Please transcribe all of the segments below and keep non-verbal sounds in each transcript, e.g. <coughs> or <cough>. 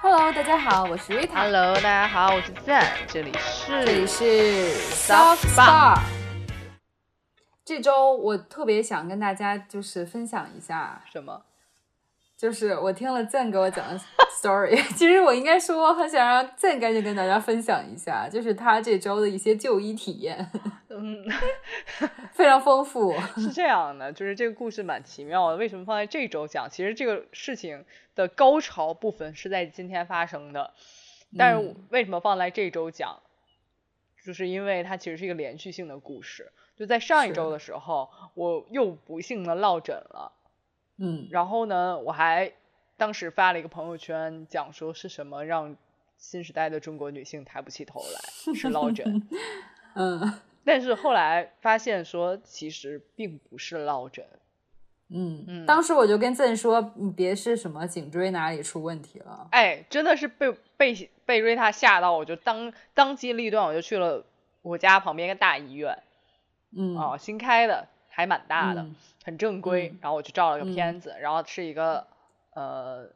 Hello，大家好，我是 Rita， Hello，大家好，我是 Zen，这里这里是是 Soft Bar Bar。这周我特别想跟大家就是分享一下，什么？就是我听了 Zen 给我讲的 story，其 <laughs> 实我应该说我很想让 Zen 赶紧跟大家分享一下，就是他这周的一些就医体验，嗯， <laughs> <laughs> 非常丰富。是这样的，就是这个故事蛮奇妙的。为什么放在这周讲？其实这个事情的高潮部分是在今天发生的，但嗯是为什么放在这周讲？就是因为它其实是一个连续性的故事。就在上一是周的时候，我又不幸的落枕了。嗯，然后呢，我还当时发了一个朋友圈，讲说是什么让新时代的中国女性抬不起头来，是落枕。 <laughs> 嗯 <laughs> 但是后来发现说，其实并不是落枕，嗯嗯当时我就跟 Zen 说，你别是什么颈椎哪里出问题了，哎，真的是被被被瑞塔吓到，我就当当机立断，我就去了我家旁边一个大医院嗯啊、新开的，还蛮大的，嗯很正规。嗯然后我就照了个嗯片子，然后是一个呃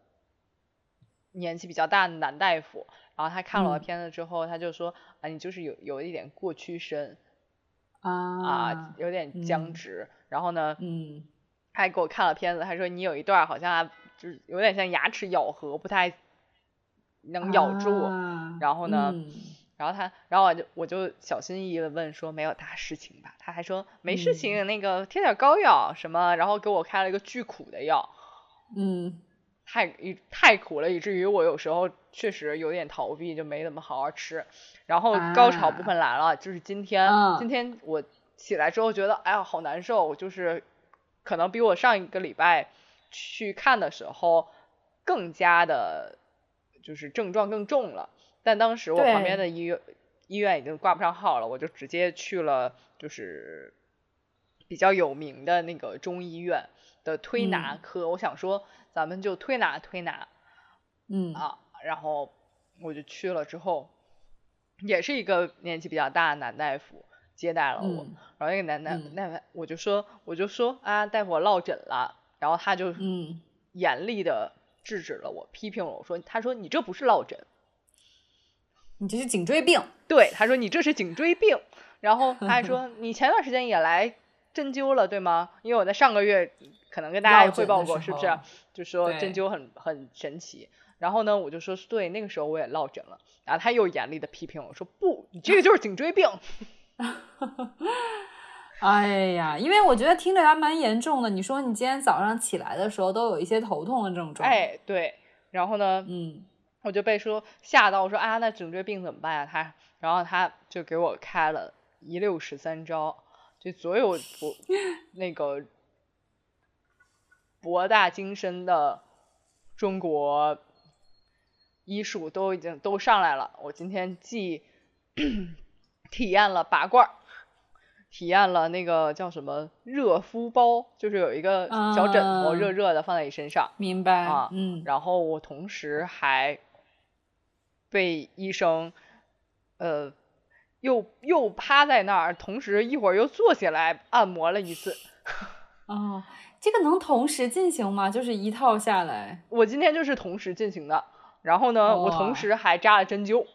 年纪比较大的男大夫，然后他看了我嗯的片子之后，他就说啊，你就是有有一点过屈伸啊啊，，有点僵嗯直，然后呢，嗯还给我看了片子，还说你有一段好像还就是有点像牙齿咬合，不太能咬住。啊然后呢嗯然后他，然后我就我就小心翼翼的问说没有大事情吧？他还说没事情，那个贴点膏药什么，然后给我开了一个巨苦的药，嗯太以太苦了，以至于我有时候确实有点逃避，就没怎么好好吃。然后高潮部分来了，就是今天，啊嗯今天我起来之后觉得，哎呀，好难受，我就是可能比我上一个礼拜去看的时候更加的，就是症状更重了。但当时我对旁边的医院医院已经挂不上号了，我就直接去了，就是比较有名的那个中医院的推拿嗯科。我想说，咱们就推拿推拿嗯啊。然后我就去了之后，也是一个年纪比较大的男大夫接待了我。嗯然后那个男大嗯那位我就说我就说啊，大夫我落枕了。然后他就嗯严厉的制止了我，批评了我说，他说你这不是落枕。你这是颈椎病。对，他说你这是颈椎病，然后他 <laughs> 还说你前段时间也来针灸了，对吗？因为我在上个月可能跟大家落也汇枕报的过，时是不是啊候？就说对针灸很很神奇。然后呢，我就说对，那个时候我也落枕了。然后他又严厉的批评我说不，你这个就是颈椎病。哎呀，因为我觉得听着还蛮严重的。你说你今天早上起来的时候都有一些头痛的症状，，哎，对。然后呢，嗯我就被说吓到，我说啊，那颈椎病怎么办呀、他，然后他就给我开了一六十三招，就所有博那个博大精深的中国医术都已经都上来了。我今天既 <coughs> 体验了拔罐儿，体验了那个叫什么热敷包，就是有一个小枕头啊热热的放在你身上。明白，啊嗯然后我同时还被医生，呃，又又趴在那儿，同时一会儿又坐起来按摩了一次。哦，这个能同时进行吗？就是一套下来，我今天就是同时进行的，然后呢，我同哇时还扎了针灸，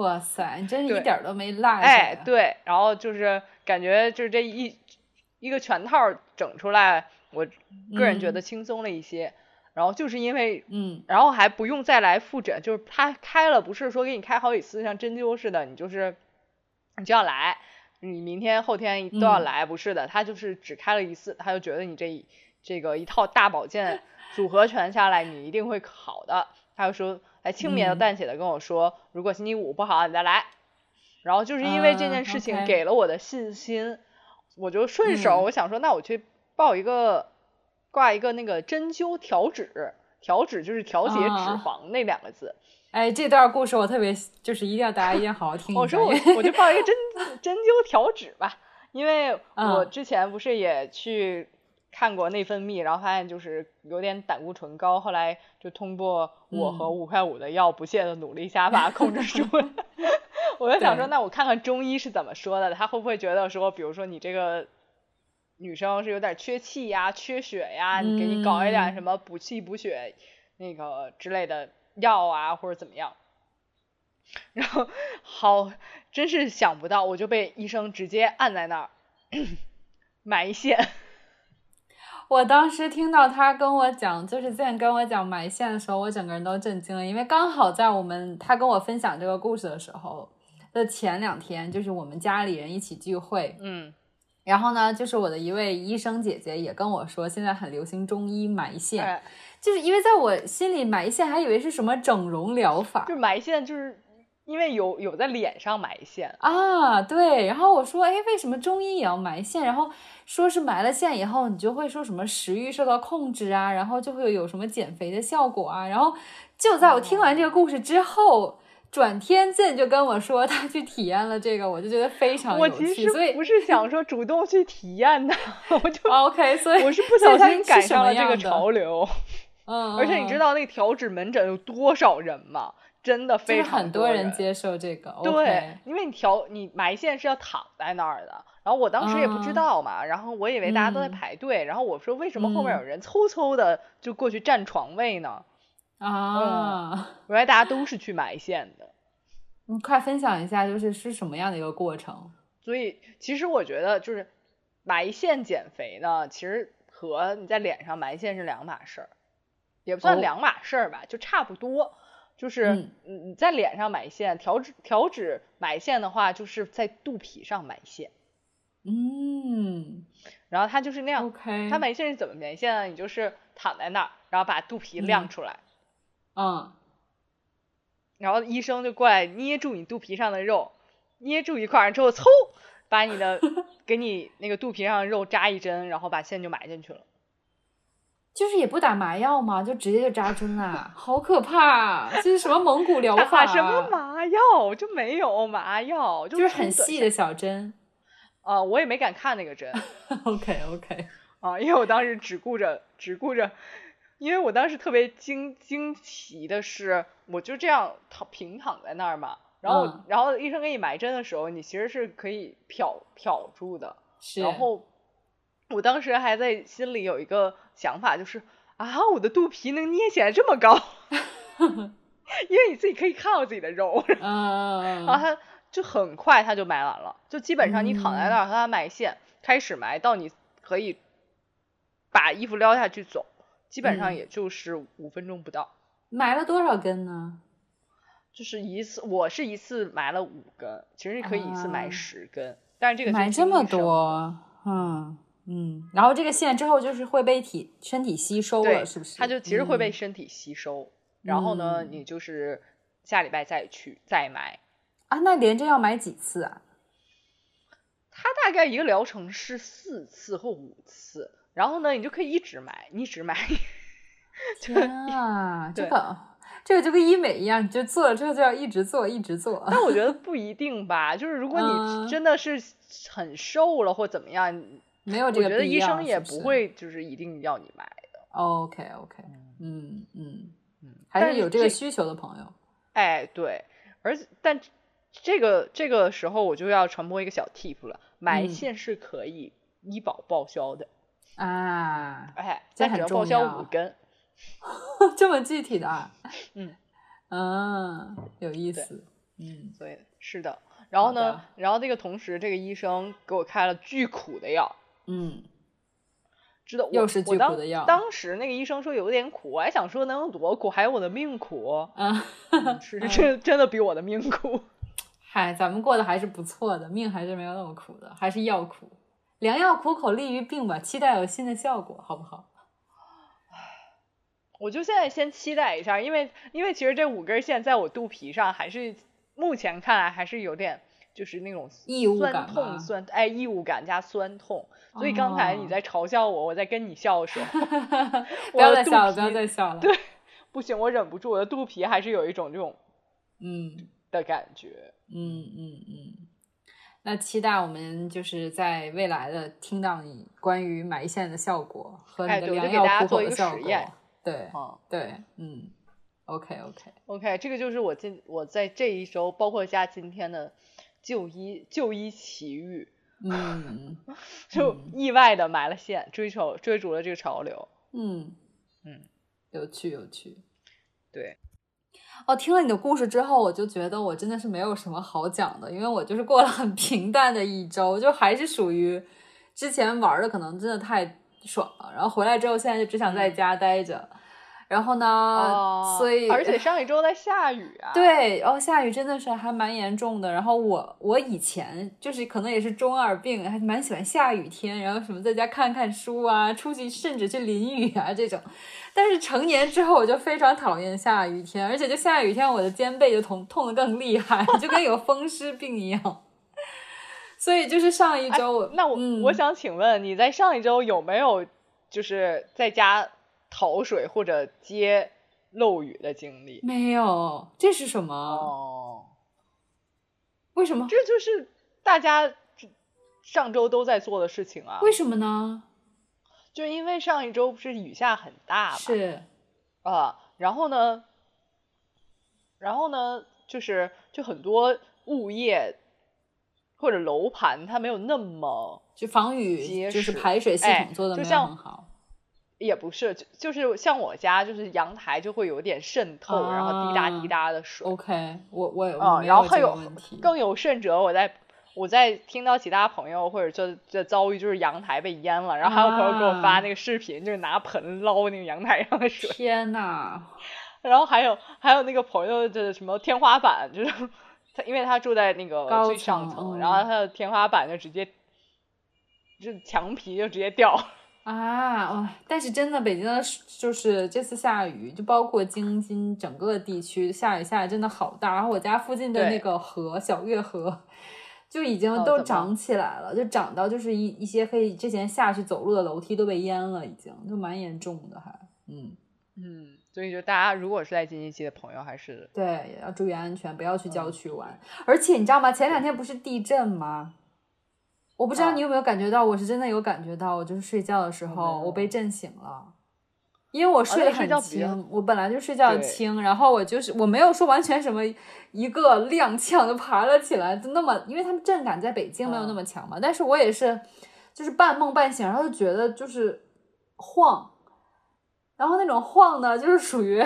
哇塞，你真是对一点儿都没落下。哎，，对，然后就是感觉就是这一一个全套整出来，我个人觉得轻松了一些。然后就是因为嗯然后还不用再来复诊，就是他开了，不是说给你开好几次，像针灸似的，你就是你就要来，你明天后天都要嗯来，不是的，他就是只开了一次，他就觉得你这一这个一套大 <laughs> 保健组合拳下来，你一定会好的。他就说，还轻描嗯淡写的跟我说，如果星期五不好，你再来。然后就是因为这啊件事情，OK 给了我的信心，我就顺手、嗯我想说，那我去报一个挂一个那个针灸调脂，调脂就是调节脂啊肪那两个字。哎，这段故事我特别就是一定要大家一定要好好听一下。我说我因为我就报一个针针灸调脂吧，因为我啊之前不是也去看过内分泌，然后发现就是有点胆固醇高，后来就通过我和嗯五块五的药不懈的努力下把它控制住 <laughs> 了。我就想说，对那我看看中医是怎么说的，他会不会觉得说，比如说你这个女生是有点缺气呀、缺血呀，你给你搞一点什嗯么补气补血那个之类的药啊或者怎么样。然后好，真是想不到，我就被医生直接按在那儿埋线。我当时听到他跟我讲，就是 Zen 跟我讲埋线的时候，我整个人都震惊了，因为刚好在我们他跟我分享这个故事的时候的前两天，就是我们家里人一起聚会，嗯，然后呢，就是我的一位医生姐姐也跟我说，现在很流行中医埋线，哎，就是因为在我心里埋线还以为是什么整容疗法就是埋线，就是因为有有在脸上埋线，啊，对。然后我说，哎，为什么中医也要埋线？然后说是埋了线以后，你就会说什么食欲受到控制啊，然后就会有什么减肥的效果啊。然后就在我听完这个故事之后。转天见就跟我说他去体验了这个，我就觉得非常我有其趣，实所以啊不是想说主动去体验的， <laughs> 我就 OK，所以我是不所小以他心是赶什么上了这个样的潮流。嗯，而且你知嗯道那个调脂门诊有多少人吗？真的就非是常很多人接受这个，对 OK 因为你调你埋线是要躺在那儿的，然后我当时也不知嗯道嘛，然后我以为大家都在嗯排队，然后我说为什么后面嗯有人 <laughs> 嗖嗖的就过去占床位呢？啊，原来大家都是去埋线的，你快分享一下，就是是什么样的一个过程？所以其实我觉得就是埋线减肥呢，其实和你在脸上埋线是两码事儿，也不算哦两码事儿吧，就差不多。就是嗯嗯你在脸上埋线，调脂调脂埋线的话，就是在肚皮上埋线，嗯然后它就是那样。 ，OK，它埋线是怎么埋线呢？你就是躺在那儿，然后把肚皮亮嗯出来，嗯，然后医生就过来捏住你肚皮上的肉，捏住一块儿之后，嗖，把 <laughs> 你的给你那个肚皮上的肉扎一针，然后把线就埋进去了。就是也不打麻药嘛，就直接就扎针啦，好可怕！啊这是什么蒙古疗打法？啊啊什么？麻药？就没有麻药，就就是很粗的细的小针。 <laughs> 啊、我也没敢看那个针 OK OK，啊，因为我当时只顾着只顾着，因为我当时特别惊惊奇的是，我就这样躺平躺在那儿嘛，然后、嗯然后医生给你埋针的时候，你其实是可以漂漂住的，是。然后我当时还在心里有一个想法，就是啊，我的肚皮能捏起来这么 <laughs> 高，因为你自己可以看到自己的肉，嗯，嗯，嗯然后它就很快它就埋完了，就基本上你躺在那嗯儿和它埋线，开始埋到你可以把衣服撩下去走，基本上嗯也就是五分钟不到。埋了多少根呢？就是一次，我是一次埋了五根，其实你可以一次埋啊十根，但是这个就买听这么医生多，嗯嗯，然后这个线之后就是会被体身体吸收对，了，是不是？它就其实会被嗯身体吸收，然后呢，嗯你就是下礼拜再去再买。啊，那连着要买几次 <laughs> 啊？它大概一个疗程是四次或五次，然后呢，你就可以一直买，一直买。 <laughs> 天啊，这对个这个就跟医美一样，你就做了之后就要一直做，一直做。 <laughs> 但我觉得不一定吧，就是如果你嗯真的是很瘦了或怎么样，没有我哦这个觉得必医要生也是不不是。会就是一定要你买的。 OK OK，嗯嗯，嗯，还但是有这这个需求的朋友。哎，对，而且但这个这个时候我就要传播一个小 tip 了，埋嗯线是可以医保报销的，啊，哎，这但只很要重报销要啊五根。 <laughs> 这么具体的啊， <laughs> 嗯嗯，有意对思，嗯，对，是的。然后好呢的，然后那个同时，这个医生给我开了巨苦的药，嗯，知道我又是巨我苦当的药当时那个医生说有点苦，我还想说能有多苦，还有我的 <laughs> 命苦，啊，嗯是真真的比我的命苦。 <laughs> 嗨，咱们过得还是不错的，命还是没有那么苦的，还是药苦。良药苦口利于病吧，期待有新的效果，好不好？ <laughs> 我就现在先期待一下，因为因为其实这五根线在我肚皮上还是目前看来还是有点就是那种异物酸感痛吧酸哎异物感加酸痛，所以刚才你哦在嘲笑我，我在跟你笑的 <laughs> 时候，不要我再的肚笑了，不要皮再笑了。对不行，我忍不住，我的肚皮还是有一种这种嗯的感觉。嗯嗯嗯。那期待我们就是在未来的听到你关于埋线的效果和哎你的对我就良给大药家苦做口一的个效实果。验对嗯对，嗯，OK <laughs> OK， ，OK，这个就是我今我在这一周，包括加今天的就医就医奇遇，嗯就嗯意外的埋了线，追求追逐了这个潮流。嗯嗯，有趣有趣。对，哦，听了你的故事之后，我就觉得我真的是没有什么好讲的，因为我就是过了很平淡的一周，就还是属于之前玩的可能真的太爽了，然后回来之后现在就只想在家待着。然后呢，嗯哦啊所以而且上一周在下雨啊，，对，哦，下雨真的是还蛮严重的。然后我我以前就是可能也是中二病，还蛮喜欢下雨天，然后什么在家看看书啊，出去甚至去淋雨啊这种。但是成年之后我就非常讨厌下雨天，而且就下雨天我的肩背就痛痛得更厉害，就跟有风湿病一样。所以就是上一周我、哎那我、嗯我想请问你在上一周有没有就是在家淘水或者接漏雨的经历？没有，这是什么？哦，为什么？这就是大家上周都在做的事情啊，为什么呢？就因为上一周不是雨下很大嘛，是啊，然后呢，然后呢，就是就很多物业或者楼盘，它没有那么就防雨，结就是实排水系哎统做的就没有像很好。也不是，就就是像我家，就是阳台就会有点渗透，然后滴答滴啊答的水。 OK，我我也嗯，没然后这还个有问题，更有甚者，我在我在听到其他朋友或者就就遭遇就是阳台被淹了，然后还有朋友给我发啊那个视频，就是拿盆捞那个阳台上的水，天呐，然后还有还有那个朋友的什么天花板，就是他因为他住在那个高最上层层，嗯然后他的天花板就直接就墙皮就直接掉。啊！哇但是真的，北京的水就是这次下雨，就包括京津整个地区下雨下的真的好大。然后我家附近的对那个河小月河，就已经哦都怎么涨起来了，就涨到就是一一些可以之前下去走路的楼梯都被淹了，已经就蛮严重的还。嗯，嗯，所以就大家如果是在京津冀的朋友，还是对，也要注意安全，不要去嗯郊区玩。而且你知道吗？前两天不是地震吗？我不知道啊你有没有感觉到，我是真的有感觉到，我就是睡觉的时候有哦我被震醒了，因为我睡得那睡很觉比较轻，我本来就睡觉对轻，然后我就是我没有说完全什么一个踉跄的爬了起来，就那么，因为他们震感在北京没有嗯那么强嘛，但是我也是就是半梦半醒，然后就觉得就是晃，然后那种晃呢，就是属于。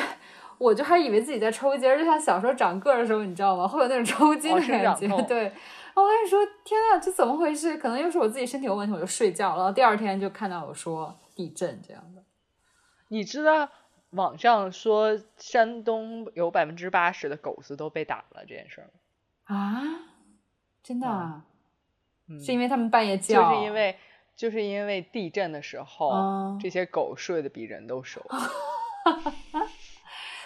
我就还以为自己在抽筋儿，就像小时候长个儿的时候，你知道吗？会有那种抽筋哦的生感长觉，痛对。然后我跟你说，天呐，这怎么回事？可能又是我自己身体有问题，我就睡觉了。然后第二天就看到我说地震这样的，你知道网上说山东有百分之八十的狗子都被打了这件事儿吗，啊，真的、啊嗯，是因为他们半夜就叫，是因为就是因为地震的时候，哦这些狗睡得比人都熟。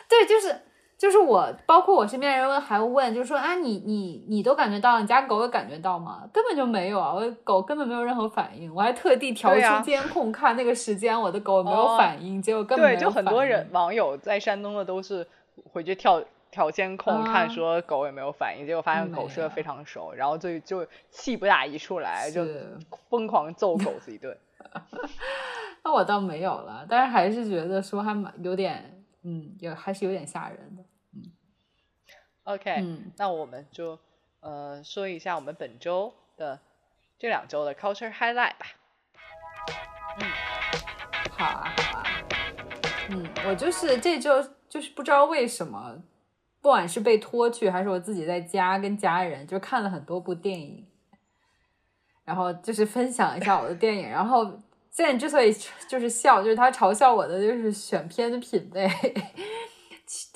对，就是就是我，包括我身边人问还问，就说啊，你你你都感觉到了，你家狗也感觉到吗？根本就没有啊，我狗根本没有任何反应。我还特地调对呀出监控、看那个时间，我的狗有没有哦反应，结果根本没有对，就很多反应人网友在山东的都是回去跳调监控、啊嗯看说狗有没有反应，结果发现没狗睡得非有常熟，然后就就气不打一处来，就是疯狂揍狗子 <laughs> 一顿。那我倒没有了，但是还是觉得说还蛮有点，嗯，有还是有点吓人的。 OK，、嗯，那我们就呃说一下我们本周的这两周的 culture highlight 吧。好啊，好啊。嗯，我就是这周就是不知道为什么，不管是被拖去还是我自己在家跟家人，就看了很多部电影，然后就是分享一下我的电影。然后现在之所以就是笑，就是他嘲笑我的就是选片的品味。 <laughs>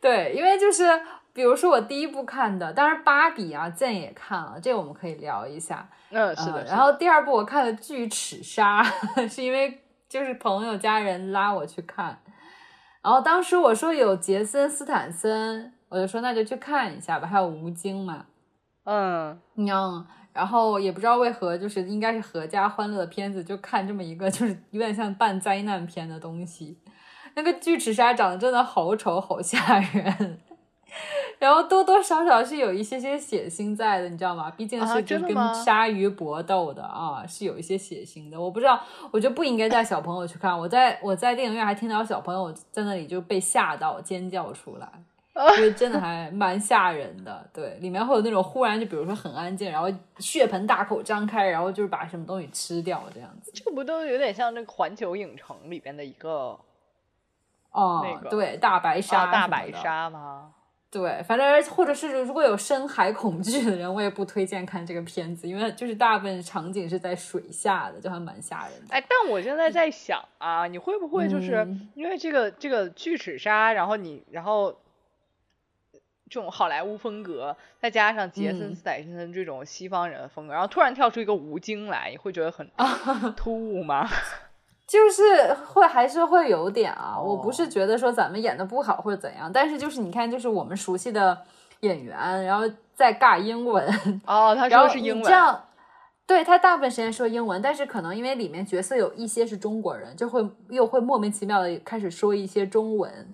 对，因为就是比如说我第一部看的，当然芭比啊，健也看了，这个我们可以聊一下。嗯，是的，呃是然的后第二部我看了《巨齿鲨》， <laughs> 是因为就是朋友家人拉我去看，然后当时我说有杰森斯坦森，我就说那就去看一下吧，还有吴京嘛，嗯，嗯，然后也不知道为何，就是应该是合家欢乐的片子，就看这么一个就是 <laughs> 有点像半灾难片的东西。那个巨齿鲨长得真的好丑，好吓人。然后多多少少是有一些些血腥在的，你知道吗？毕竟啊是就真是的跟吗鲨鱼搏斗的啊，是有一些血腥的。我不知道，我就不应该带小朋友去看。我在我在电影院还听到小朋友在那里就被吓到尖叫出来。 <laughs> 因为真的还蛮吓人的。对，里面会有那种忽然就比如说很安静，然后血盆大口张开，然后就是把什么东西吃掉这样子。这不都有点像那个环球影城里边的一个哦，那个对，大白鲨、啊，大白，鲨吗？对，反正或者是如果有深海恐惧的人，我也不推荐看这个片子，因为就是大部分场景是在水下的，就还蛮吓人的。哎，但我现在在想啊，你会不会就是嗯因为这个这个巨齿鲨，然后你然后这种好莱坞风格，再加上杰森嗯斯坦森这种西方人的风格，然后突然跳出一个吴京来，你会觉 <laughs> 得很突兀吗？就是会还是会有点啊，哦我不是觉得说咱们演的不好或者怎样，但是就是你看，就是我们熟悉的演员，然后再尬英文，哦，他然说后是英你文，这样，对他大部分时间说英文，但是可能因为里面角色有一些是中国人，就会又会莫名其妙的开始说一些中文，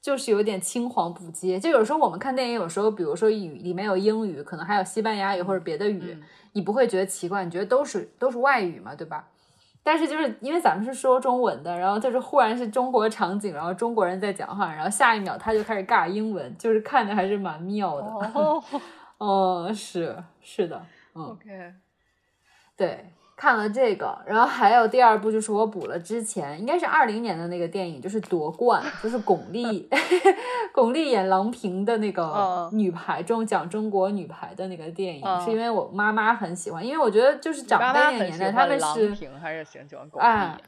就是有点青黄不接。就有时候我们看电影，有时候比如说语里面有英语，可能还有西班牙语或者别的语，嗯你不会觉得奇怪，你觉得都是都是外语嘛，对吧？但是就是因为咱们是说中文的，然后就是忽然是中国场景，然后中国人在讲话，然后下一秒他就开始尬英文，就是看着还是蛮妙的。哦哦，是是的，嗯。 <laughs> ，OK，对，看了这个，然后还有第二部就是我补了之前应该是二零年的那个电影，就是夺冠，就是巩俐， <laughs> 巩俐演郎平的那个嗯女排中讲中国女排的那个电影，嗯是因为我妈妈很喜欢，因为我觉得就是你长爸妈辈那个很年喜代，他欢们郎是平还是喜欢喜欢狗屁？啊，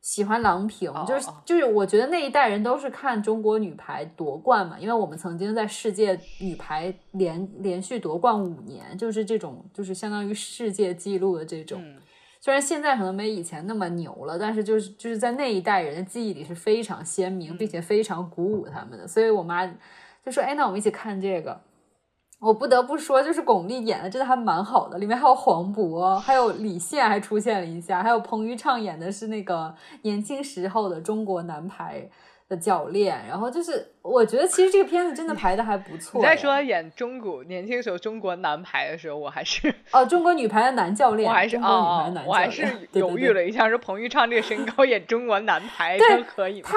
喜欢郎平，哦就是哦哦就是，我觉得那一代人都是看中国女排夺冠嘛，因为我们曾经在世界女排连连续夺冠五年，就是这种就是相当于世界纪录的这种。嗯虽然现在可能没以前那么牛了，但是就是就是在那一代人的记忆里是非常鲜明，嗯并且非常鼓舞他们的。所以我妈就说：“哎，那我们一起看这个。”我不得不说，就是巩俐演的真的还蛮好的，里面还有黄渤，还有李现还出现了一下，还有彭昱畅演的是那个年轻时候的中国男排的教练。然后就是，我觉得其实这个片子真的拍的还不错你的。在说演中国年轻时候中国男排的时候，我还是哦，中国女排的男教练，我还是中国女排哦的，男我教练，还是 <laughs> 对犹对豫对了一下，说彭昱畅这个身高演中国男排真可以吗他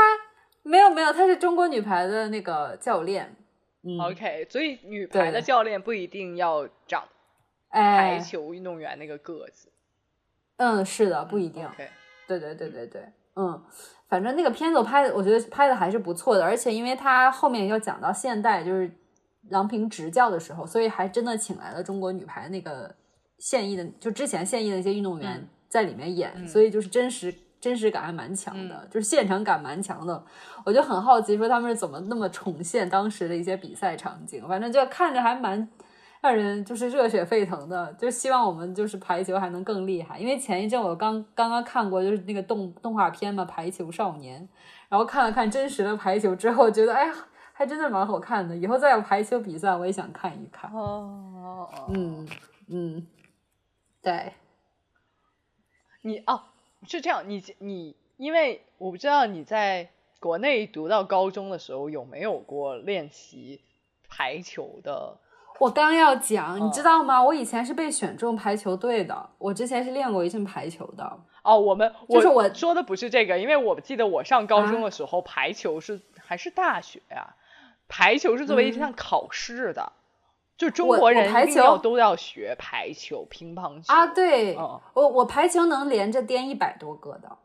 没有没有，他是中国女排的那个教练。嗯， ？OK，所以女排的对教练不一定要长排哎，球运动员那个个子，嗯，是的，不一定。 OK，对对对对对，嗯，反正那个片子我拍的，我觉得拍的还是不错的，而且因为他后面要讲到现代，就是郎平执教的时候，所以还真的请来了中国女排那个现役的，就之前现役的那些运动员嗯在里面演，嗯所以就是真实。真实感还蛮强的，就是现场感蛮强的。我就很好奇，说他们是怎么那么重现当时的一些比赛场景，反正就看着还蛮让人就是热血沸腾的，就希望我们就是排球还能更厉害。因为前一阵我刚刚刚看过就是那个动动画片嘛，《排球少年》，然后看了看真实的排球之后，觉得哎呀，还真的蛮好看的。以后再有排球比赛，我也想看一看。哦，嗯嗯，对，你哦是这样，你你因为我不知道你在国内读到高中的时候有没有过练习排球的，我刚要讲，嗯你知道吗？我以前是被选中排球队的，我之前是练过一阵排球的。哦，我们就是我我说的不是这个，因为我记得我上高中啊的时候，排球是还是大学啊，排球是作为一项考试的，就中嗯我国我人排一定球要都要学排球、乒乓球啊，对，哦我我排球能连着颠一百多个的，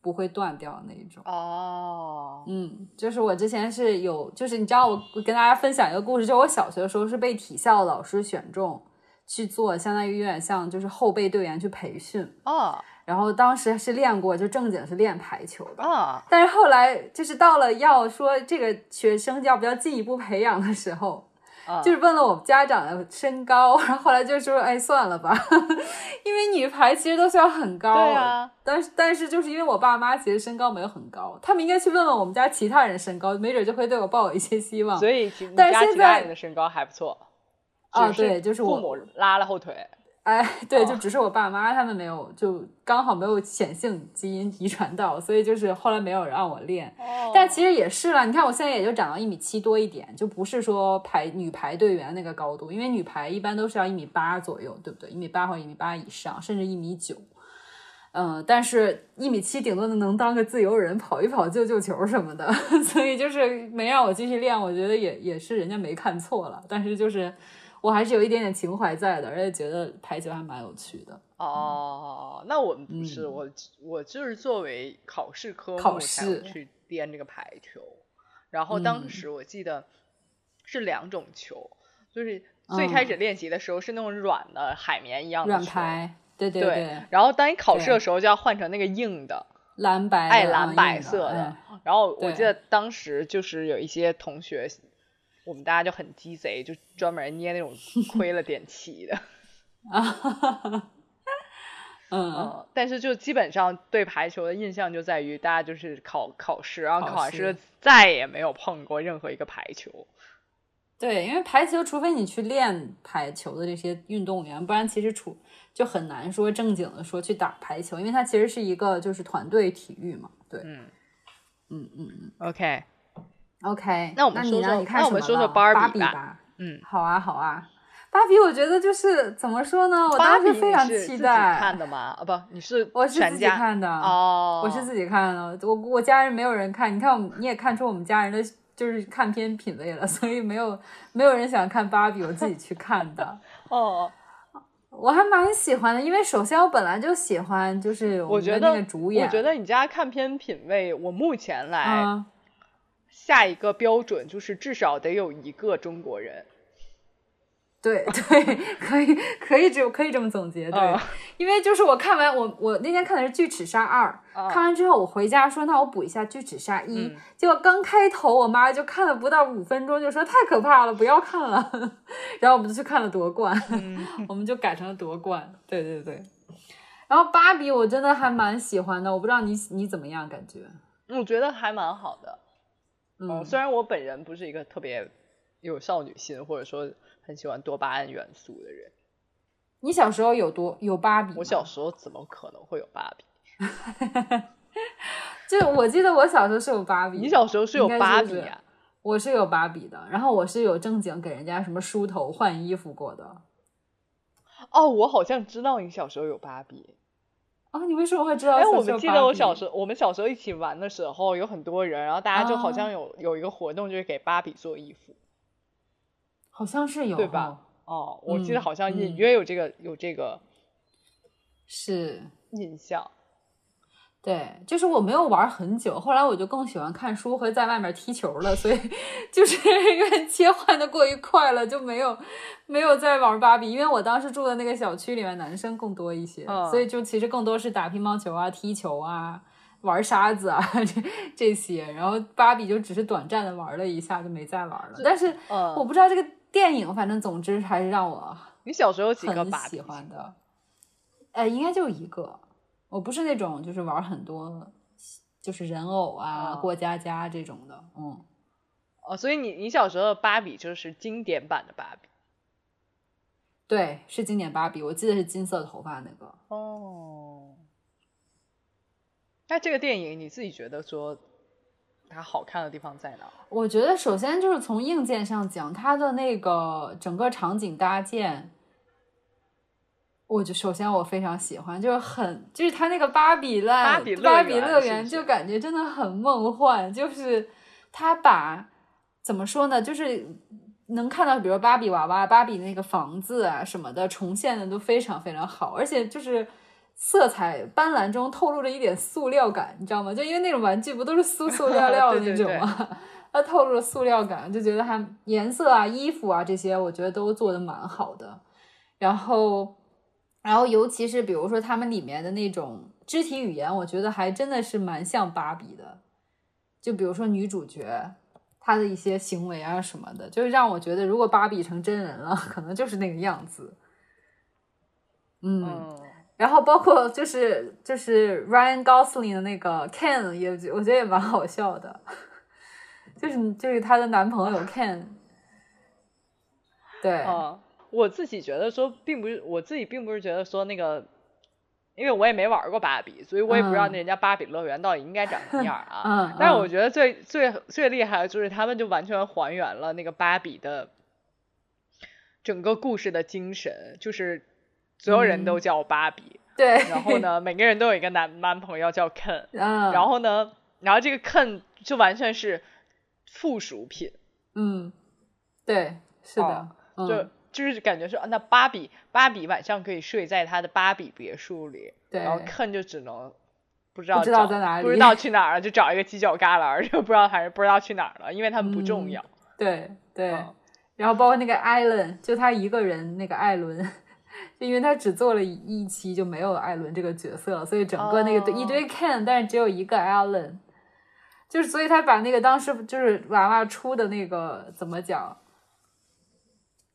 不会断掉的那一种。哦，嗯，就是我之前是有，就是你知道我我跟大家分享一个故事，就我小学的时候是被体校老师选中去做，相当于有点像就是后备队员去培训，哦然后当时是练过，就正经是练排球的。哦，但是后来就是到了要说这个学生要不要进一步培养的时候，啊就是问了我们家长的身高，然后后来就说，哎，算了吧， <laughs> 因为女排其实都需要很高，对啊，但是但是就是因为我爸妈其实身高没有很高，他们应该去问问我们家其他人身高，没准就会对我抱有一些希望。所以其你哦但是家现其他在人的身高还不错，啊只对就是父我母拉了后腿，哎，对，就哦只是我爸妈他们没有，就刚好没有显性基因遗传到，所以就是后来没有让我练。哦但其实也是啦，你看我现在也就长到一米七多一点，就不是说排女排队员那个高度，因为女排一般都是要一米八左右，对不对？一米八或者一米八以上，甚至一米九。嗯，但是一米七顶多能当个自由人，跑一跑救救球什么的， <laughs> 所以就是没让我继续练，我觉得也也是人家没看错了，但是就是我还是有一点点情怀在的，而且觉得排球还蛮有趣的。哦，那我们不是、我，我就是作为考试科嗯考目才有试嗯去编这个排球，然后当时我记得是两种球，就是最开始练习的时候是那种软的海绵一样嗯的软球，排，对对哦对，然后当你考试对的时候就要换成那个硬的，蓝白的爱啊蓝白硬色的哎。然后我记对得当时就是有一些同学，我们大家就很鸡贼，就专门捏 <laughs> 那种亏了点漆的。啊，哈哈哈嗯，嗯，但是就基本上对排球的印象就在于大家就是考考试，然后考考完试试再也没有碰过任何一个排球。对，因为排球，除非你去练排球的这些运动员，不然其实处就很难说正经的说去打排球，因为它其实是一个就是团队体育嘛。对，嗯嗯嗯嗯。 ，OK， OK，那我们你说呢说你看那什我们么说了说芭芭比吧吧。嗯，好啊，好啊，芭比，我觉得就是怎么说呢，我芭当比时你非常是期自己待看。的吗？啊，不，你是我是全自己家看的，哦，我是自己看的，我我家人没有人看。你看我们，你也看出我们家人的就是看片品味了，所以没有没有人想看芭比，我自己去看的。哦，我还蛮喜欢的，因为首先我本来就喜欢，就是我们觉的得那个主演，我觉得哎你家看片品味，我目前来、啊，下一个标准就是至少得有一个中国人。对 <laughs> 对，可以可以这可以这么总结，对，嗯因为就是我看完我我那天看的是《巨齿鲨二》，看完之后我回家说那我补一下《巨齿鲨一》，嗯结果刚开头我妈就看了不到五分钟就说太可怕了，不要看了， <laughs> 然后我们就去看了夺冠，嗯 <laughs> 我们就改成了夺冠，对对对。然后芭比我真的还蛮喜欢的，我不知道你你怎么样感觉？我觉得还蛮好的。嗯虽然我本人不是一个特别有少女心，或者说很喜欢多巴胺元素的人，你小时候有多有芭比吗？我小时候怎么可能会有芭比？就我记得我小时候是有芭比的，你小时候是有芭比应该就是啊？我是有芭比的，然后我是有正经给人家什么梳头、换衣服过的。哦，我好像知道你小时候有芭比。哦，你为什么会知道？哎，我们记得我小时候，候，我们小时候一起玩的时候，有很多人，然后大家就好像哦有、有一个活动，就是给芭比做衣服。好像是有，对吧？哦，我记得嗯好像嗯隐约有这个、有这个是，印象。对，就是我没有玩很久，后来我就更喜欢看书和在外面踢球了，所以 <laughs> 就是因为切换的过于快了，就没有没有再玩芭比，因为我当时住的那个小区里面男生更多一些，嗯所以就其实更多是打乒乓球啊、踢球啊、玩沙子啊 <laughs> 这这些，然后芭比就只是短暂的玩了一下就没再玩了。但是嗯，我不知道这个电影，反正总之还是让我你小时候有几个很芭比？喜欢的，呃，应该就一个。我不是那种就是玩很多，就是人偶啊、哦过家家这种的，嗯，哦，所以你你小时候的芭比就是经典版的芭比。对，是经典芭比，我记得是金色头发那个。哦。那这个电影你自己觉得说它好看的地方在哪儿？我觉得首先就是从硬件上讲，它的那个整个场景搭建，我就首先我非常喜欢，就是很就是它那个芭比乐芭比乐园芭比乐是不园是就感觉真的很梦幻，就是它把怎么说呢，就是能看到，比如芭比娃娃、芭比那个房子啊什么的，重现的都非常非常好，而且就是色彩斑斓中透露着一点塑料感，你知道吗？就因为那种玩具不都是塑 <laughs> 塑料料的对那对种吗？它透露了塑料感，就觉得还颜色啊、衣服啊这些，我觉得都做的蛮好的。然后，然后尤其是比如说他们里面的那种肢体语言，我觉得还真的是蛮像芭比的。就比如说女主角她的一些行为啊什么的，就是让我觉得，如果芭比成真人了，可能就是那个样子。嗯，嗯，然后包括就是就是 Ryan Gosling 的那个 Ken 也，我觉得也蛮好笑的，就是就是她的男朋友 Ken，对，哦，我自己觉得说，并不是我自己并不是觉得说那个，因为我也没玩过芭比，所以我也不知道嗯那人家芭比乐园到底应该长什么样儿啊。 <laughs> 嗯但是嗯我觉得最最最厉害的就是他们就完全还原了那个芭比的整个故事的精神，就是所有人都嗯叫芭比，对，然后， <laughs> 呢，每个人都有一个男男朋友叫 Ken，嗯，然后呢，然后这个 Ken 就完全是附属品，啊嗯，对，是的，嗯、哦就就是感觉说，啊那芭比芭比晚上可以睡在他的芭比别墅里，对然后 Ken 就只能不知道不知道找在哪里不知道去哪儿了，就找一个犄角旮旯儿，就不知道还是不知道去哪儿了，因为他们不重嗯要。对对、嗯然后包括那个艾伦，就他一个人那个艾伦，就因为他只做了一一期就没有艾伦这个角色了，所以整个那个对哦一堆 Ken，但是只有一个 Allen，就是所以他把那个当时就是娃娃出的那个怎么讲，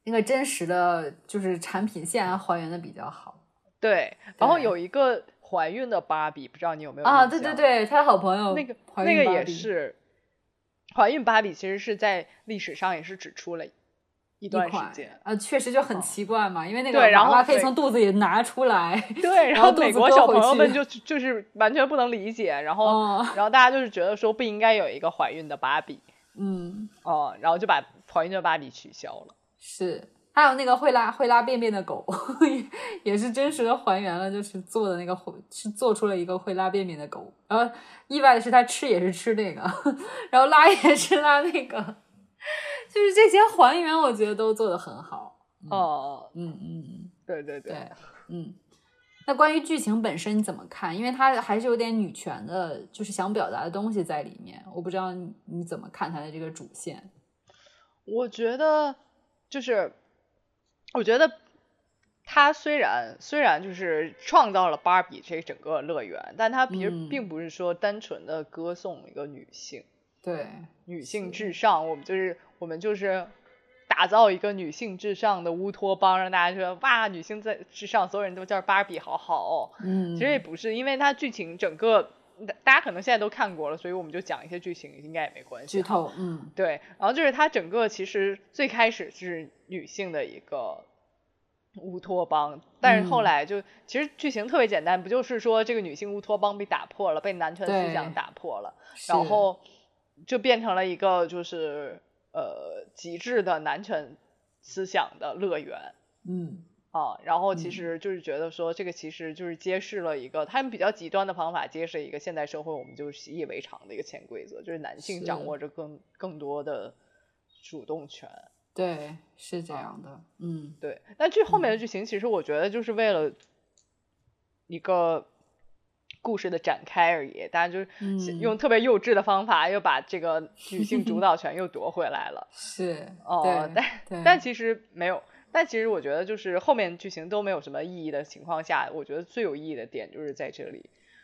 那个真实的就是产品线还原的比较好。对，然后对有一个怀孕的芭比，不知道你有没有啊，印对对象对，他的好朋友呃那个怀那孕个也 Barbie 是，怀孕芭比其实是在历史上也是只出了一一段时款间，啊，确实就很嗯奇怪嘛，因为那个对然娃后娃可以对从肚子里拿出来，对，然然后后肚美子国兜小回朋友去们就就是完全不能理解，然 <laughs> 后、哦，然后大家就是觉得说不应该有一个怀孕的芭比，嗯，哦、然后就把怀孕的芭比取消了。是。还有那个会拉会拉便便的狗，也也是真实的还原了，就是做的那个会是做出了一个会拉便便的狗。然后意外的是，它吃也是吃那个， <laughs> 然后拉也是拉那个， <laughs> 就是这些还原，我觉得都做的很好。哦、嗯嗯嗯。对对啊对对，嗯。那关于剧情本身你怎么看？因为它还是有点女权的，就是想表达的东西在里面。我不知道你你怎么看它的这个主线。我觉得就是，我觉得他虽然虽然就是创造了芭比这整个乐园，但他其实嗯并不是说单纯的歌颂一个女性，对，女性至上，我们就是我们就是。打造一个女性至上的乌托邦，让大家觉得哇，女性在至上，所有人都叫芭比，好好哦。嗯，其实也不是，因为它剧情整个，大家可能现在都看过了，所以我们就讲一些剧情，应该也没关系剧啊。透，嗯对，然后就是它整个其实最开始是女性的一个乌托邦，但是后嗯来就、其实剧情特别简单，不就是说这个女性乌托邦被打破了，被男权思想对打破了，是然后就变成了一个就是呃极致的男权思想的乐园。嗯啊，然后其嗯实就是觉得说，这个其实就是揭示了一个他们比较极端的方法，揭示一个现代社会我们就习以为常的一个潜规则，就是男性掌是握着更更多的主动权。对，是这样的，嗯对，那这后面的剧情，其实我觉得就是为了一个故事的展开而已，大家就是嗯用特别幼稚的方法又把这个女性主导权又夺回来 <laughs> 了。是哦，但对对，但其实没有，但其实我觉得就是后面剧情都没有什么意义的情况下，我觉得最有意义的点就是在这里，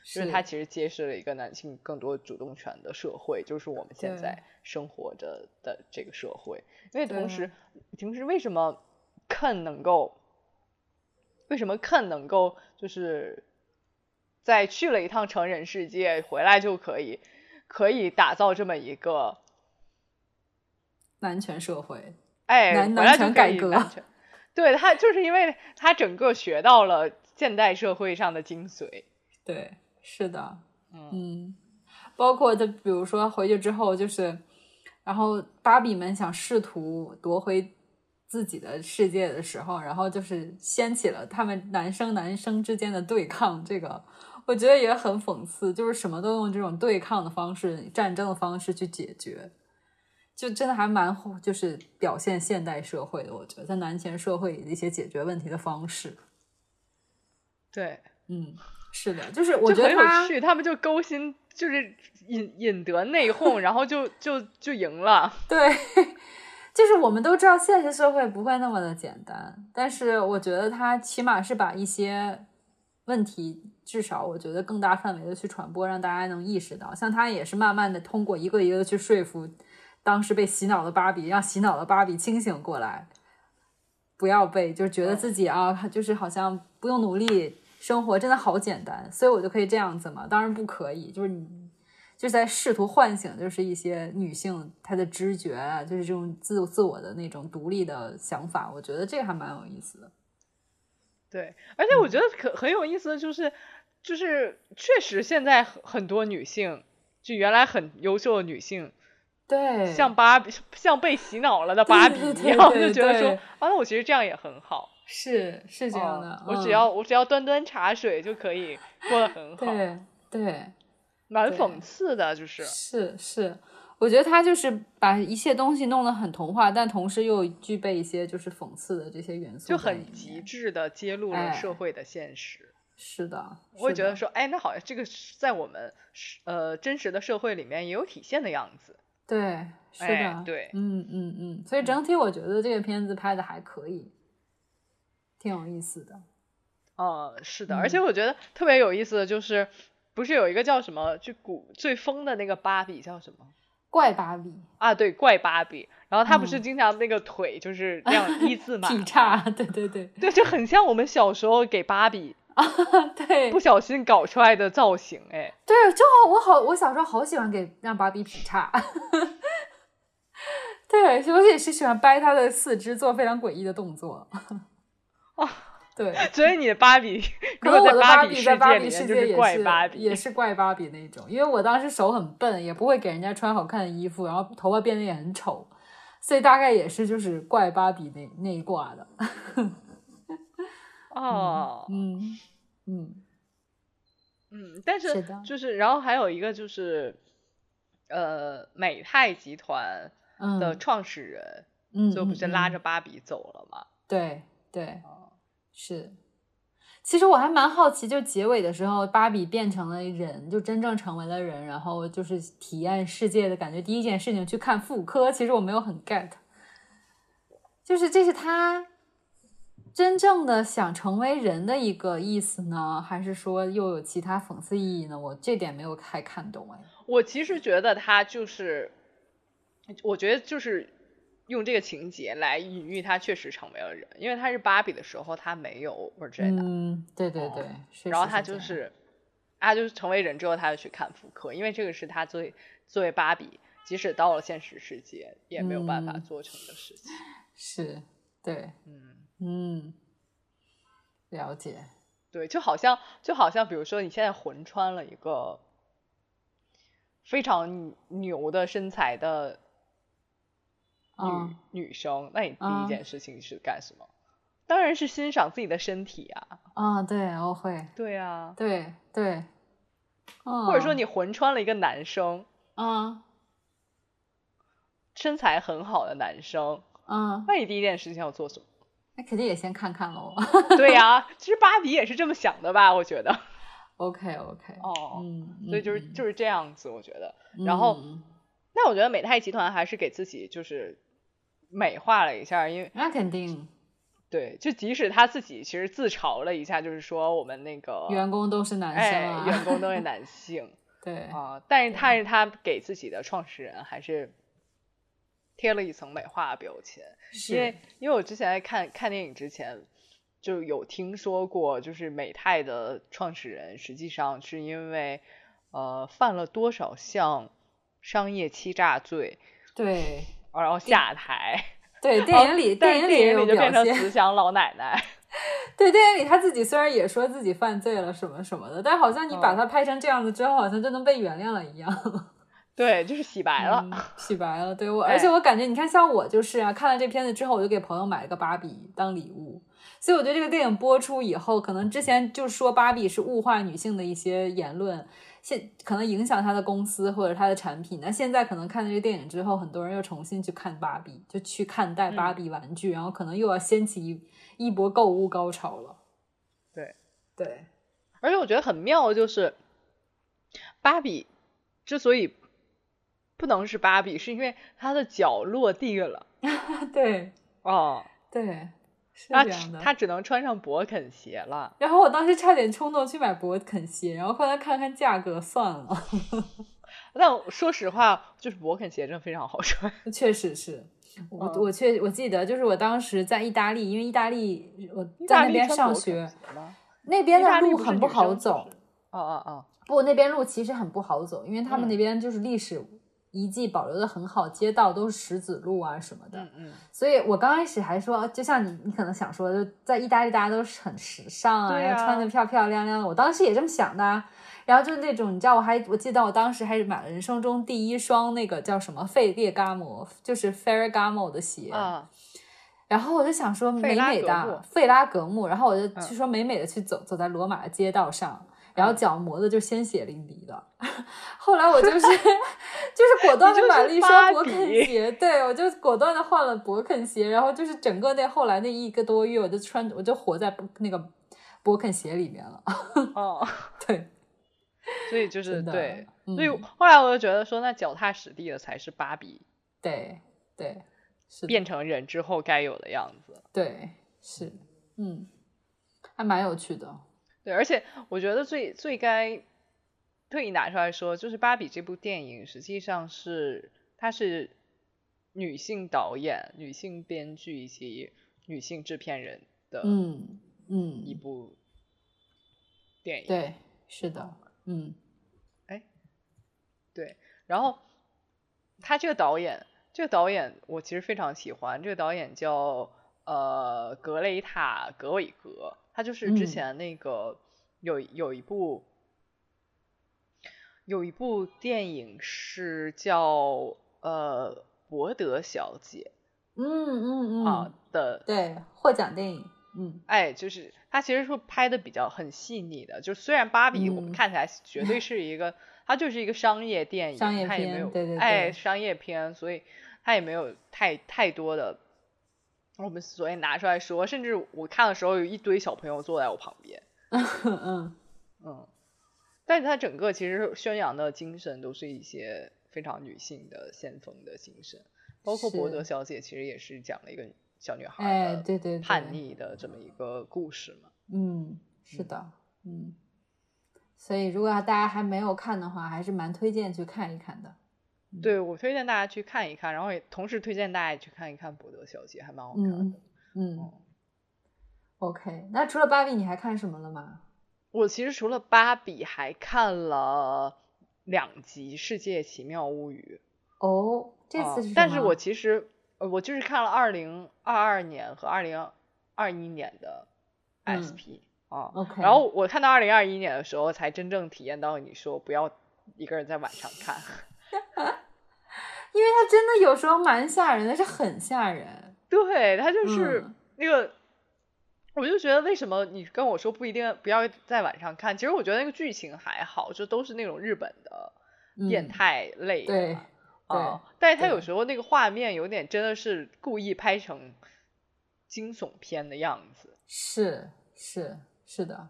就是是它其实揭示了一个男性更多主动权的社会，就是我们现对在生活着的这个社会。因为对同时，平时为什么 Ken 能够，为什么 Ken 能够就是在去了一趟成人世界回来就可以，可以打造这么一个。男权社会，哎，男回男来就权可改以革男权对他就是因为他整个学到了现代社会上的精髓，对，是的，嗯，嗯，包括就比如说回去之后，就是，然后芭比们想试图夺回自己的世界的时候，然后就是掀起了他们男生男生之间的对抗。这个我觉得也很讽刺，就是什么都用这种对抗的方式、战争的方式去解决，就真的还蛮就是表现现代社会的。我觉得在男权社会里的一些解决问题的方式，对，嗯，是的，就是我觉就得很他有趣，他们就勾心，就是引引得内讧，然后就就就赢了，对， <laughs> 就是我们都知道现实社会不会那么的简单，但是我觉得它起码是把一些问题，至少我觉得更大范围的去传播，让大家能意识到。像他也是慢慢的通过一个一个的去说服当时被洗脑的芭比，让洗脑的芭比清醒过来，不要被就是觉得自己啊，就是好像不用努力。生活真的好简单，所以我就可以这样子嘛？当然不可以，就是你就是在试图唤醒，就是一些女性她的知觉啊，就是这种自自我的那种独立的想法，我觉得这个还蛮有意思的。对，而且我觉得可很有意思的就是，就是确实现在很很多女性，就原来很优秀的女性，对，像芭比，像被洗脑了的芭比对对一对样，对就觉得说对啊，那我其实这样也很好。是是这样的，哦我嗯只要我只要端端茶水就可以过得很好，对对蛮对讽刺的，就是是是，我觉得他就是把一切东西弄得很童话，但同时又具备一些就是讽刺的这些元素在就里面，很极致的揭露了哎社会的现实。是的，我也觉得是说，哎，那好像这个是在我们是呃真实的社会里面也有体现的样子。的对，是的，哎对嗯嗯嗯，所以整体我觉得这个片子拍的还可以，挺有意思的。嗯，是的，而且我觉得特别有意思的就是，不是有一个叫什么，就古最疯的那个芭比叫什么怪芭比啊？对，怪芭比。然后她不是嗯经常那个腿就是那样 <laughs> 一字马，劈叉，对对对 <laughs> 对，就很像我们小时候给芭比对不小心搞出来的造型，哎，对，就好，我好，我小时候好喜欢给让芭比劈叉。 <laughs> 对，尤其是喜欢掰她的四肢，做非常诡异的动 <laughs> 作。哦，对，所以你的芭比可如能果我的芭比在世芭界比里世面就界也怪芭是也比，是怪芭比那种，因为我当时手很笨，也不会给人家穿好看的衣服，然后头发编的也很丑，所以大概也是就是怪芭比那那一挂的。哦，嗯嗯，嗯，但是是的就是，然后还有一个就是，呃，美泰集团嗯的创始人，嗯，就不是嗯拉嗯着芭比走了嘛？对对哦是。其实我还蛮好奇，就结尾的时候，芭比变成了人，就真正成为了人，然后就是体验世界的感觉。第一件事情去看妇科，其实我没有很 get，就是这是他真正的想成为人的一个意思呢，还是说又有其他讽刺意义呢？我这点没有太看懂哎。我其实觉得他就是，我觉得就是用这个情节来隐喻他确实成为了人，因为他是芭比的时候他没有 Virginia，、嗯，对对对，是。哦然后是他是这就样是，他就是成为人之后他就去看妇科，因为这个是他作为作为芭比，即使到了现实世界也没有办法嗯做成的事情，是，对，嗯嗯，了解，对，就好像就好像，比如说你现在魂穿了一个非常牛的身材的女、嗯。女生，那你第嗯一件事情是干什么？当然是欣赏自己的身体啊。啊、对，我会，对啊，对对，嗯，或者说你魂穿了一个男生，嗯，身材很好的男生，嗯，那你第一件事情要做什么？那肯定也先看看 <laughs> 喽。对呀、其实芭比也是这么想的吧？我觉得。 OK OK，哦，嗯，所以就是嗯，就是这样子，我觉得。嗯然后嗯那我觉得美泰集团还是给自己就是美化了一下，因为。那肯定对，就即使他自己其实自嘲了一下，就是说我们那个员工都是男生哎啊，员工都是 <laughs> 男性对，啊、但是他是他给自己的创始人还是贴了一层美化标签，因是为，因为我之前在看看电影之前就有听说过，就是美泰的创始人实际上是因为呃犯了多少项商业欺诈罪，对然后下台， <laughs> 对，电影里但电是影电里也影有里就表变成现，慈祥老奶奶。 <laughs> 对电影里他自己虽然也说自己犯罪了什么什么的，但好像你把嗯他拍成这样子之后，好像就能被原谅了一样。对，就是洗白了。嗯，洗白了。对我， <laughs> 哎而且我感觉，你看，像我就是啊，看了这片子之后，我就给朋友买了个芭比当礼物。所以我觉得这个电影播出以后，可能之前就说芭比是物化女性的一些言论，现可能影响她的公司或者她的产品。那现在可能看了这个电影之后，很多人又重新去看芭比，就去看待嗯芭比玩具，然后可能又要掀起一一波购物高潮了。对对， <laughs> 而且我觉得很妙的就是，芭比之所以不能是芭比，是因为她的脚落地了对哦，对，是那这样的。她只能穿上勃肯鞋了。然后我当时差点冲动去买勃肯鞋，然后后来看看价格算了，但我说实话，就是勃肯鞋真的非常好穿。确实是。我嗯我确我记得，就是我当时在意大利，因为意大利我意在大那利边穿上勃肯学，鞋吗那边意大的利路不是很女不生好就走是。哦哦哦，不，那边路其实很不好走，因为他们嗯那边就是历史遗迹保留的很好，街道都是石子路啊什么的。嗯嗯，所以我刚开始还说，就像你，你可能想说，就在意大利大家都是很时尚啊，对然后啊穿的漂漂亮亮的。我当时也这么想的、啊。然后就那种，你知道，我还我记得我当时还是买了人生中第一双那个叫什么费列伽摩，就是 Ferragamo 的鞋。啊，然后我就想说美费拉美格嗯的慕费拉格慕，然后我就去说美美的去走、走在罗马的街道上，然嗯后脚磨的就鲜血淋漓的。 <laughs> 后来我就是 <laughs> 就是果断的你就是买了一双芭勃比肯鞋，对我就果断的换了勃肯鞋，然后就是整个那后来那一个多月，我就穿我就活在那个。勃肯鞋里面了。哦， <laughs> 对， <laughs> 所以就是真的对，嗯所以后来我就觉得说，那脚踏实地的才是芭比对对是的变成人之后该有的样子。对是，嗯，还蛮有趣的。对，而且我觉得最最该特意拿出来说，就是《芭比》这部电影，实际上是它是女性导演、女性编剧以及女性制片人的嗯嗯，一部电影。对，是的，嗯对，然后他这个导演，这个导演我其实非常喜欢，这个导演叫呃格雷塔·格韦格，他就是之嗯前那个、有有一部有一部电影是叫呃伯德小姐嗯嗯啊嗯，的，对，获奖电影， <laughs> 嗯哎，就是他其实说拍的比较很细腻的，就虽然芭比我嗯们看起来绝对是一个，它就是一个商业电影，商业它也没片有对对哎对商业片，所以它也没有太太多的我们所谓拿出来说，甚至我看的时候有一堆小朋友坐在我旁边，嗯嗯，但是它整个其实宣扬的精神都是一些非常女性的先锋的精神，包括伯是德小姐其实也是讲了一个小女孩哎，的对对对，叛逆的这么一个故事嘛。嗯，是嗯的，嗯，所以如果大家还没有看的话，还是蛮推荐去看一看的。对，我推荐大家去看一看，然后也同时推荐大家也去看一看《伯德小姐》，还蛮好看的。嗯嗯，OK。那除了芭比，你还看什么了吗？我其实除了芭比，还看了两集《世界奇妙物语》哦，这啊次是什但是么我其实呃我就是看了二零二二年和二零二一年的嗯 SP、啊。 OK，然后我看到二零二一年的时候，才真正体验到你说不要一个人在晚上看。 <laughs> 因为它真的有时候蛮吓人的，是很吓人。对，他就是嗯那个，我就觉得为什么你跟我说不一定不要在晚上看？其实我觉得那个剧情还好，就都是那种日本的变嗯态类的对嘛，啊，但是他有时候那个画面有点真的是故意拍成惊悚片的样子，是是是的，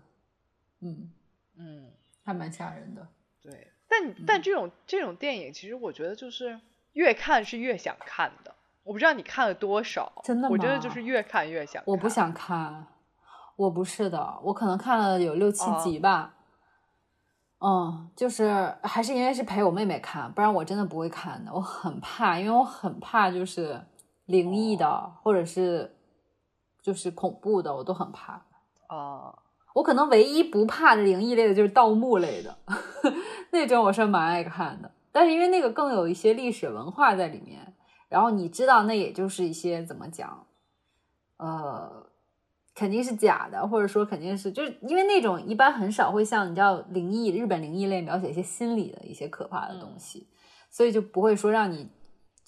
嗯，嗯，还蛮吓人的。对。嗯但但这种这种电影，其实我觉得就是越看是越想看的。我不知道你看了多少，真的我真的就吗是越看越想看。我不想看，我不是的，我可能看了有六七哦集吧。嗯，就是还是因为是陪我妹妹看，不然我真的不会看的。我很怕，因为我很怕就是灵异的，或者是就是恐怖的，我都很怕。啊，我可能唯一不怕的灵异类的就是盗墓类的， <laughs> 那种我是蛮爱看的。但是因为那个更有一些历史文化在里面，然后你知道，那也就是一些怎么讲，呃，肯定是假的，或者说肯定是就是因为那种一般很少会像你知道灵异日本灵异类描写一些心理的一些可怕的东西，所以就不会说让你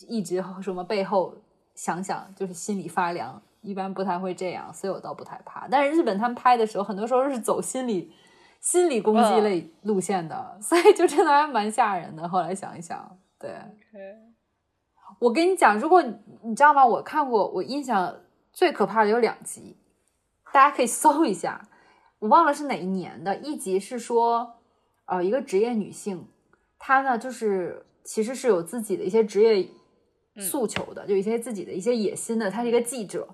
一直什么背后想想就是心里发凉，一般不太会这样，所以我倒不太怕。但是日本他们拍的时候，很多时候是走心理心理攻击类路线的，所以就真的还蛮吓人的。后来想一想，对。 OK 我跟你讲，如果你你知道吗？我看过，我印象最可怕的有两集，大家可以搜一下，我忘了是哪一年的。一集是说，呃，一个职业女性，她呢就是其实是有自己的一些职业嗯诉求的，就有一些自己的一些野心的。她是一个记者。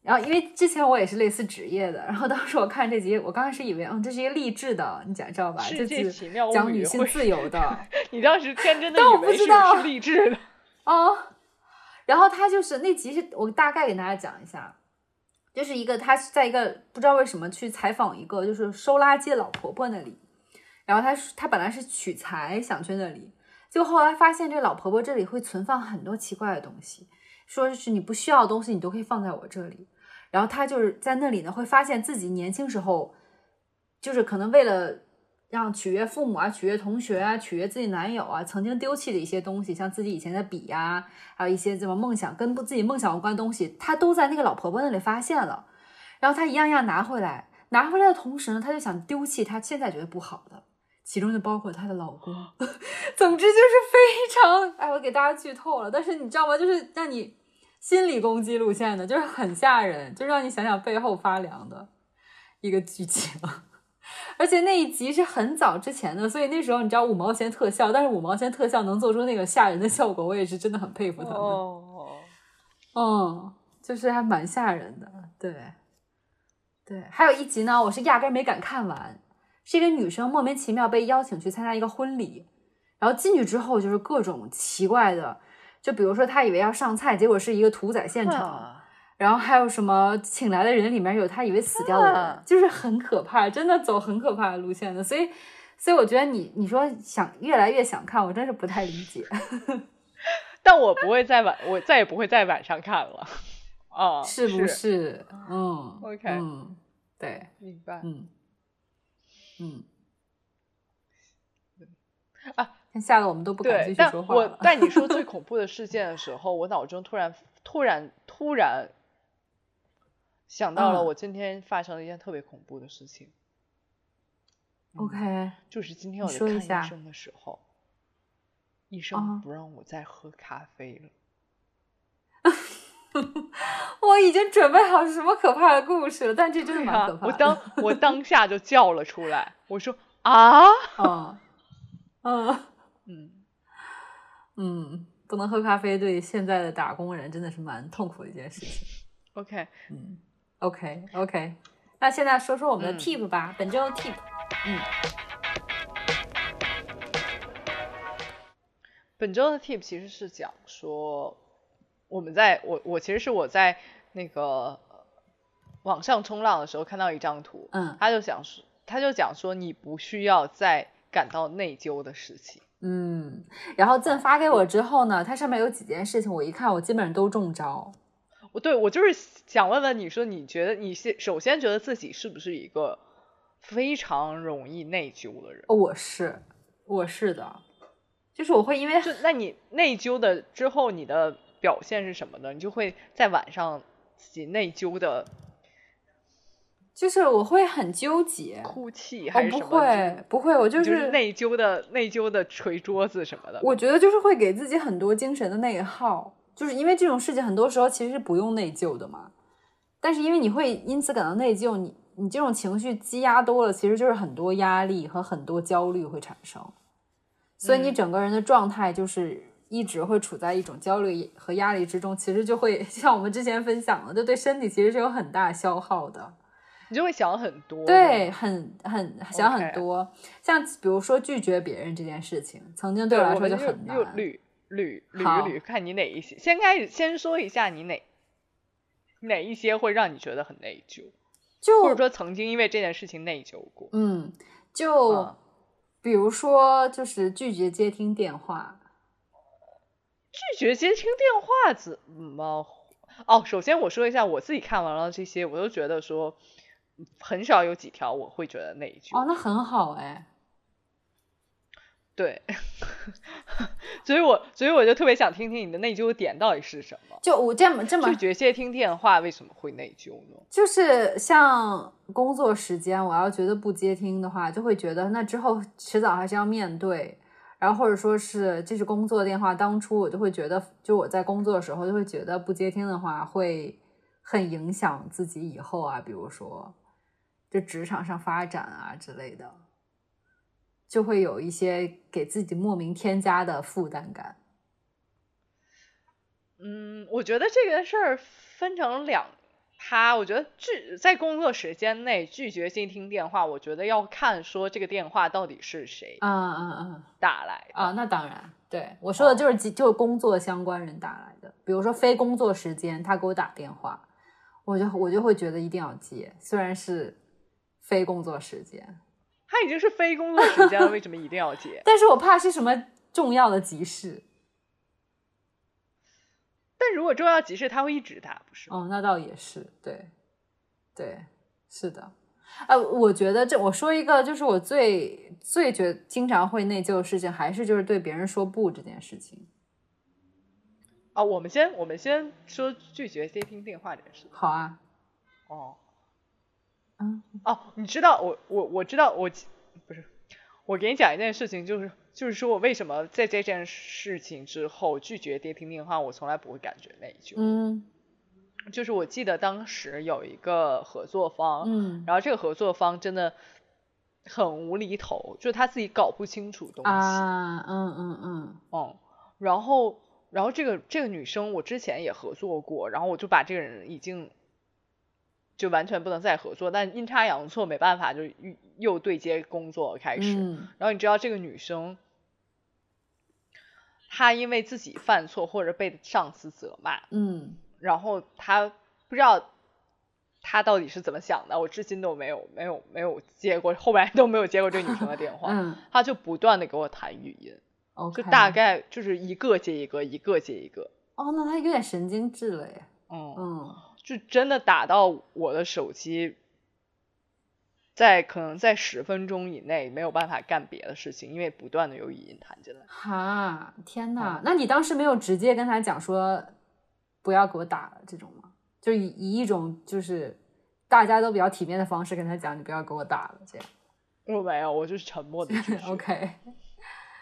然后，因为之前我也是类似职业的，然后当时我看这集，我刚开始以为，嗯，这是一个励志的，你讲知道吧？世这界是奇妙物讲语女性会自由 <laughs> 的， <laughs> 你当时天真的但我以不为知是道是励志的，哦，然后他就是那集是我大概给大家讲一下，就是一个他是在一个不知道为什么去采访一个就是收垃圾的老婆婆那里，然后他是他本来是取材想去那里，就后来发现这老婆婆这里会存放很多奇怪的东西，说是你不需要的东西你都可以放在我这里，然后他就是在那里呢会发现自己年轻时候就是可能为了。让取悦父母啊、取悦同学啊、取悦自己男友啊，曾经丢弃的一些东西，像自己以前的笔呀、还有一些什么梦想跟不自己梦想有关的东西，她都在那个老婆婆那里发现了，然后她一样一样拿回来，拿回来的同时呢，她就想丢弃她现在觉得不好的，其中就包括她的老公。 <laughs> 总之就是非常， <laughs> 哎，我给大家剧透了，但是你知道吗？就是让你心理攻击路线的，就是很吓人，就让你想想背后发凉的。一个剧情。 <laughs> 而且那一集是很早之前的，所以那时候你知道五毛钱特效，但是五毛钱特效能做出那个吓人的效果，我也是真的很佩服他们。哦，嗯，就是还蛮吓人的，对，对，还有一集呢，我是压根儿没敢看完，是一个女生莫名其妙被邀请去参加一个婚礼，然后进去之后就是各种奇怪的，就比如说她以为要上菜，结果是一个屠宰现场，啊然后还有什么请来的人里面有她以为死掉的人啊，就是很可怕，真的走很可怕的路线的，所以。所以我觉得你你说想越来越想看，我真是不太理解。 <laughs> 但我不会在晚，我再也不会在晚上看了。 <laughs> 啊，是不是？是？嗯 OK 嗯，对，明白嗯嗯啊，看吓得我们都不敢继续对，但说话我了。在你说 <laughs> 最恐怖的事件的时候，我脑中突然突然突然想到了嗯我今天发生了一件特别恐怖的事情，嗯嗯 OK，就是今天我你在说一看下医生的时候，医啊生不让我再喝咖啡了。 <laughs> 我已经准备好是什么可怕的故事了，但这真的对蛮可啊，怕 <laughs> 我的。当我当下就叫了出来，我说啊，嗯嗯嗯，嗯，不能喝咖啡，对现在的打工人真的是蛮痛苦的一件事情。 OK，嗯，OK OK，那现在说说我们的嗯 tip 吧，本周 tip。本周的 tip 其实是讲说，我们在我我其实是我在那个呃网上冲浪的时候看到一张图，嗯他就想说，他就讲说你不需要再感到内疚的事情。嗯，然后赠发给我之后呢，它上面有几件事情，我一看我基本上都中招。我对我就是想问问你说，你觉得你是首先觉得自己是不是一个非常容易内疚的人？哦我是，我是的，就是我会因为就那你内疚的之后，你的表现是什么呢？你就会在晚上自己内疚的就是我会很纠结，哭泣我还是哦不什么？会不会，我就就是内疚的内疚的捶桌子什么的。我觉得就是会给自己很多精神的内耗，就是因为这种事情很多时候其实是不用内疚的嘛，但是因为你会因此感到内疚，你你这种情绪积压多了，其实就是很多压力和很多焦虑会产生，所以你嗯整个人的状态就是一直会处在一种焦虑和压力之中，其实就会就像我们之前分享的，就对身体其实是有很大消耗哦的。你就会想很多。对，，很很想很 OK 多像比如说拒绝别人这件事情，曾经对对，我来我说们就就很难又。捋捋捋好一捋，看你哪一些。先开始先说一下你哪哪一些会让你觉得很内疚，就或者说曾经因为这件事情内疚过。嗯，就、嗯比如说就是拒绝接听电话，拒绝接听电话怎么？哦，首先我说一下，我自己看完了这些，我都觉得说很少有几条我会觉得内疚。哦，那很好哎，对， <laughs> 所以我所以我就特别想听听你的内疚点到底是什么。就我这么这么拒绝接听电话为什么会内疚呢？就是像工作时间，我要觉得不接听的话，就会觉得那之后迟早还是要面对。然后或者说是这是工作电话，当初我就会觉得，就我在工作的时候就会觉得不接听的话会很影响自己以后啊，比如说就职场上发展啊之类的，就会有一些给自己莫名添加的负担感。嗯，我觉得这个事儿分成两趴。我觉得拒在工作时间内拒绝接听电话，我觉得要看说这个电话到底是谁啊啊啊！打来的。啊，那当然，对我哦说的就是几就是工作相关人打来的，比如说非工作时间他给我打电话，我就我就会觉得一定要接，虽然是非工作时间，他已经是非工作时间了，为什么一定要接？ <laughs> 但是我怕是什么重要的急事。但如果重要急事，他会一直打，不是吗？哦，那倒也是，对，对，是的。呃，我觉得这我说一个，就是我最最觉经常会内疚的事情，还是就是对别人说不这件事情。啊，我们先我们先说拒绝接听电话这件事。好啊，哦，嗯，哦，你知道我我我知道我不是，我给你讲一件事情，就是就是说我为什么在这件事情之后拒绝接听电话，我从来不会感觉内疚。嗯就是我记得当时有一个合作方，嗯然后这个合作方真的很无厘头，就他自己搞不清楚东西。啊，嗯嗯嗯，嗯，然后然后这个这个女生我之前也合作过，然后我就把这个人已经就完全不能再合作，但阴差阳错没办法，就又又对接工作开始。嗯然后你知道这个女生，她因为自己犯错或者被上司责骂，嗯然后她不知道。她到底是怎么想的？我至今都没有没有没有接过，后来 <laughs> 都没有接过这个女生的电话。嗯她就不断的给我弹语音， ，OK，就大概就是一个接一个，一个接一个，哦，那他有点神经质了耶，嗯，嗯就真的打到我的手机，在可能在十分钟以内没有办法干别的事情，因为不断的有语音弹进来。哈，天呐，那你当时没有直接跟他讲说不要给我打了这种吗？就以以一种就是大家都比较体面的方式跟他讲，你不要给我打了这样。我没有，我就是沉默的 <laughs> OK，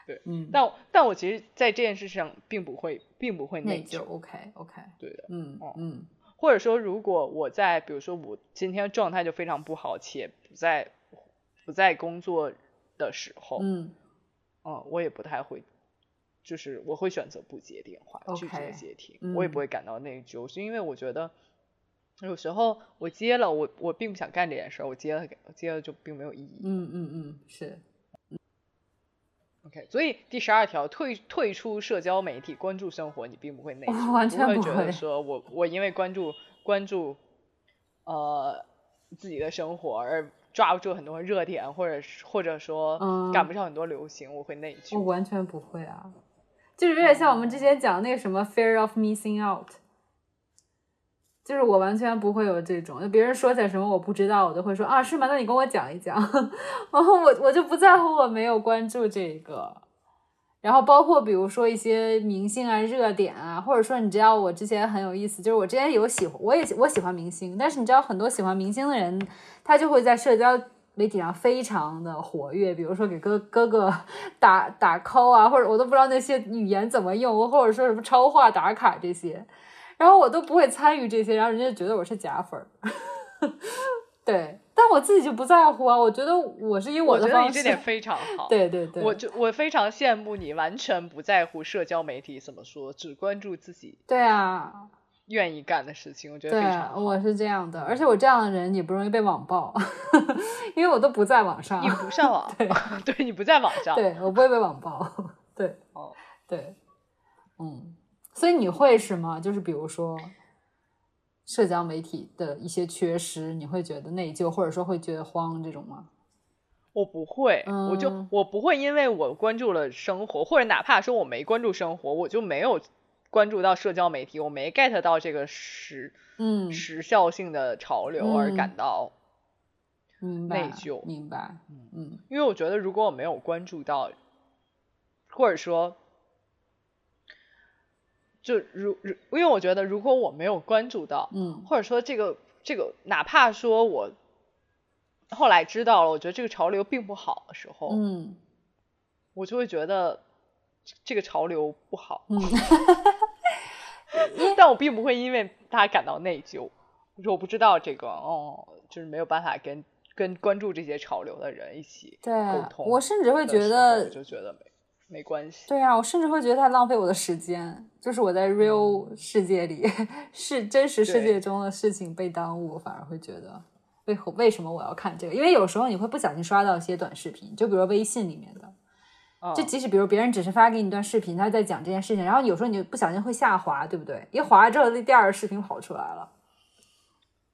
对，嗯，但但我其实，在这件事上并不会，并不会内内疚疚。 OK OK，对的，嗯哦嗯或者说，如果我在，比如说我今天状态就非常不好，且不在不在工作的时候，嗯嗯，我也不太会，就是我会选择不接电话拒绝 OK，接听，我也嗯不会感到内疚，是因为我觉得有时候我接了，我我并不想干这件事儿，我接了接了就并没有意义。嗯嗯嗯，是 OK，所以第十二条，退退出社交媒体，关注生活，你并不会内我疚，哦完不全会不觉得会说我我因为关注关注呃自己的生活而抓不住很多热点，或者是或者说赶嗯哦不上很多流行，我会内我疚。完全不会啊，就是有点像我们之前讲那个什么 fear of missing out。就是我完全不会有这种，就别人说起来什么我不知道，我都会说啊是吗？那你跟我讲一讲， <laughs> 然后我我就不在乎我没有关注这一个，然后包括比如说一些明星啊、热点啊，或者说你知道我之前很有意思，就是我之前有喜欢，我也喜我喜欢明星，但是你知道很多喜欢明星的人，他就会在社交媒体上非常的活跃，比如说给哥哥哥打打 call 啊，或者我都不知道那些语言怎么用，或者说什么超话打卡这些，然后我都不会参与这些，然后人家就觉得我是假粉儿。 <laughs> 对，但我自己就不在乎啊，我觉得我是以我的觉得方你式这。点非常好。 <laughs> 对对对，我就我非常羡慕你，完全不在乎社交媒体怎么说，只关注自己对啊，愿意干的事情，我觉得对啊非常，好。我是这样的，而且我这样的人也不容易被网暴， <laughs> 因为我都不在网上你，不上网， <laughs> 对你不在网上，对我不会被网暴，对哦，对，嗯，所以你会是吗？就是比如说社交媒体的一些缺失，你会觉得内疚，或者说会觉得慌这种吗？我不会，我就嗯我不会，因为我关注了生活，或者哪怕说我没关注生活，我就没有关注到社交媒体，我没 get 到这个时、嗯，时效性的潮流而嗯感到，明白，内疚明白，嗯嗯因为我觉得如果我没有关注到，或者说，就如如，因为我觉得如果我没有关注到，嗯或者说这个这个，哪怕说我后来知道了，我觉得这个潮流并不好的时候，嗯我就会觉得这这个潮流不好，嗯， <laughs> 但我并不会因为它感到内疚。我说我不知道这个，哦，就是没有办法跟跟关注这些潮流的人一起对沟通的时候。嗯我甚至会觉得我就觉得没没关系。对呀、啊我甚至会觉得它浪费我的时间，就是我在 real 世界里， <laughs> 是真实世界嗯对中的事情被耽误，我反而会觉得为何为什么我要看这个？因为有时候你会不小心刷到一些短视频，就比如微信里面的，嗯就即使比如别人只是发给你一段视频，他在讲这件事情，然后有时候你就不小心会下滑，对不对？一滑之后，那第二个视频跑出来了，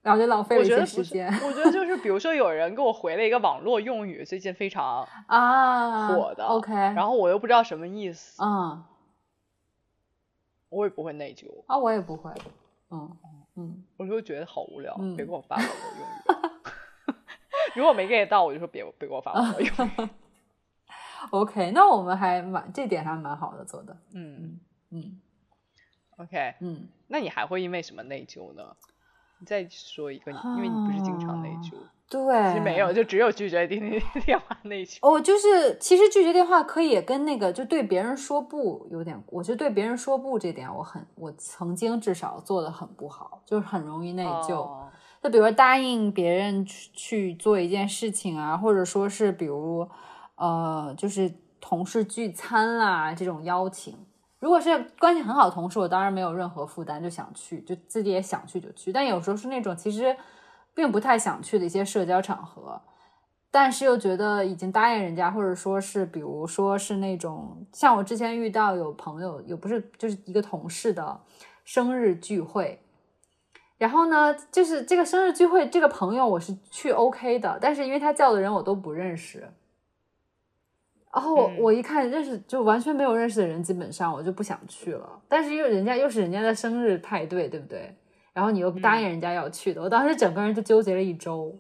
然后就浪费我了一觉得些不时是间 <laughs> 我觉得就是，比如说有人给我回了一个网络用语，最近 <laughs> 非常啊。火的 OK，然后我又不知道什么意思，嗯我也不会内疚，啊，我也不会，嗯嗯。我就会觉得好无聊，别嗯给我发网络用语。 <laughs> 如果没 get 到，我就说别别给我发 <laughs> 网络用语。 OK，那我们还蛮这点还蛮好的做的，嗯嗯，OK，嗯，那你还会因为什么内疚呢？你再说一个你，因为你不是经常内疚，啊对，其实没有，就只有拒绝电 <laughs> 电话内疚。哦，就是其实拒绝电话可以也跟那个就对别人说不有点，我觉得对别人说不这点我很，我曾经至少做的很不好，就是很容易内疚。哦就比如说答应别人去去做一件事情啊，或者说是比如呃，就是同事聚餐啦、这种邀请。如果是关系很好的同事，我当然没有任何负担，就想去，就自己也想去就去。但有时候是那种其实并不太想去的一些社交场合，但是又觉得已经答应人家，或者说是比如说是那种像我之前遇到有朋友，有不是就是一个同事的生日聚会，然后呢，就是这个生日聚会，这个朋友我是去 OK 的，但是因为他叫的人我都不认识，然后我嗯我一看认识就完全没有认识的人，基本上我就不想去了。但是又人家又是人家的生日派对，对不对？然后你又答嗯应人家要去的，我当时整个人就纠结了一周，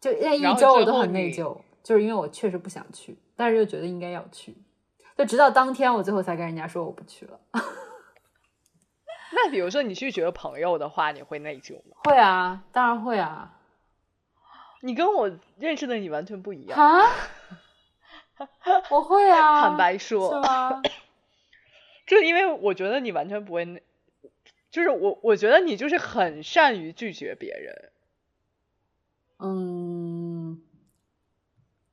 就那然一后周我最都后很内你疚，就是因为我确实不想去，但是又觉得应该要去，就直到当天我最后才跟人家说我不去了。 <laughs> 那比如说你拒绝朋友的话，你会内疚吗？会啊，当然会啊。你跟我认识的你完全不一样。啊？我会啊， <laughs> 坦白是说， <coughs> 吗？就是因为我觉得你完全不会内，就是我我觉得你就是很善于拒绝别人。嗯，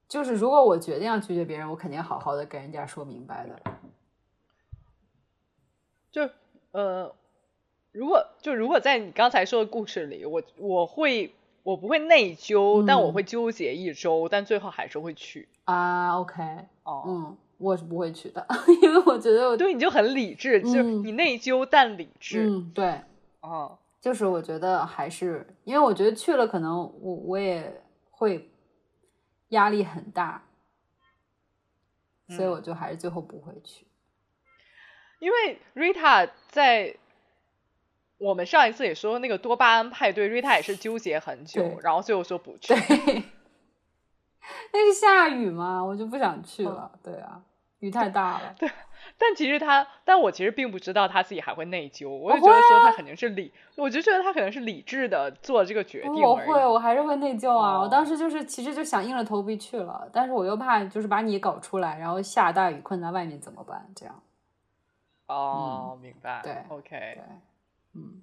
就是如果我决定要拒绝别人，我肯定好好的跟人家说明白的。就呃，如果就如果在你刚才说的故事里，我我会我不会内疚，但我嗯会纠结一周，但最后还是会去。啊，OK，哦，嗯，我是不会去的， <laughs> 因为我觉得我，对，你就很理智，就是嗯你内疚但理智。嗯，对，哦，就是我觉得还是，因为我觉得去了，可能我我也会压力很大，所以嗯我就还是最后不会去。因为 Rita 在我们上一次也说那个多巴胺派对，Rita 也是纠结很久对，然后最后说不去 <laughs> 对。，那是下雨嘛，我就不想去了。嗯对啊，雨太大了。但其实他，但我其实并不知道他自己还会内疚，我就我觉会得说他肯定是理，我就觉得他可能是理智的做这个决定我哦而会，已。我还是会内疚啊。哦我当时就是，其实就想硬着头皮去了，但是我又怕就是把你搞出来，然后下大雨困在外面怎么办？这样，哦，明白。嗯对，OK，嗯。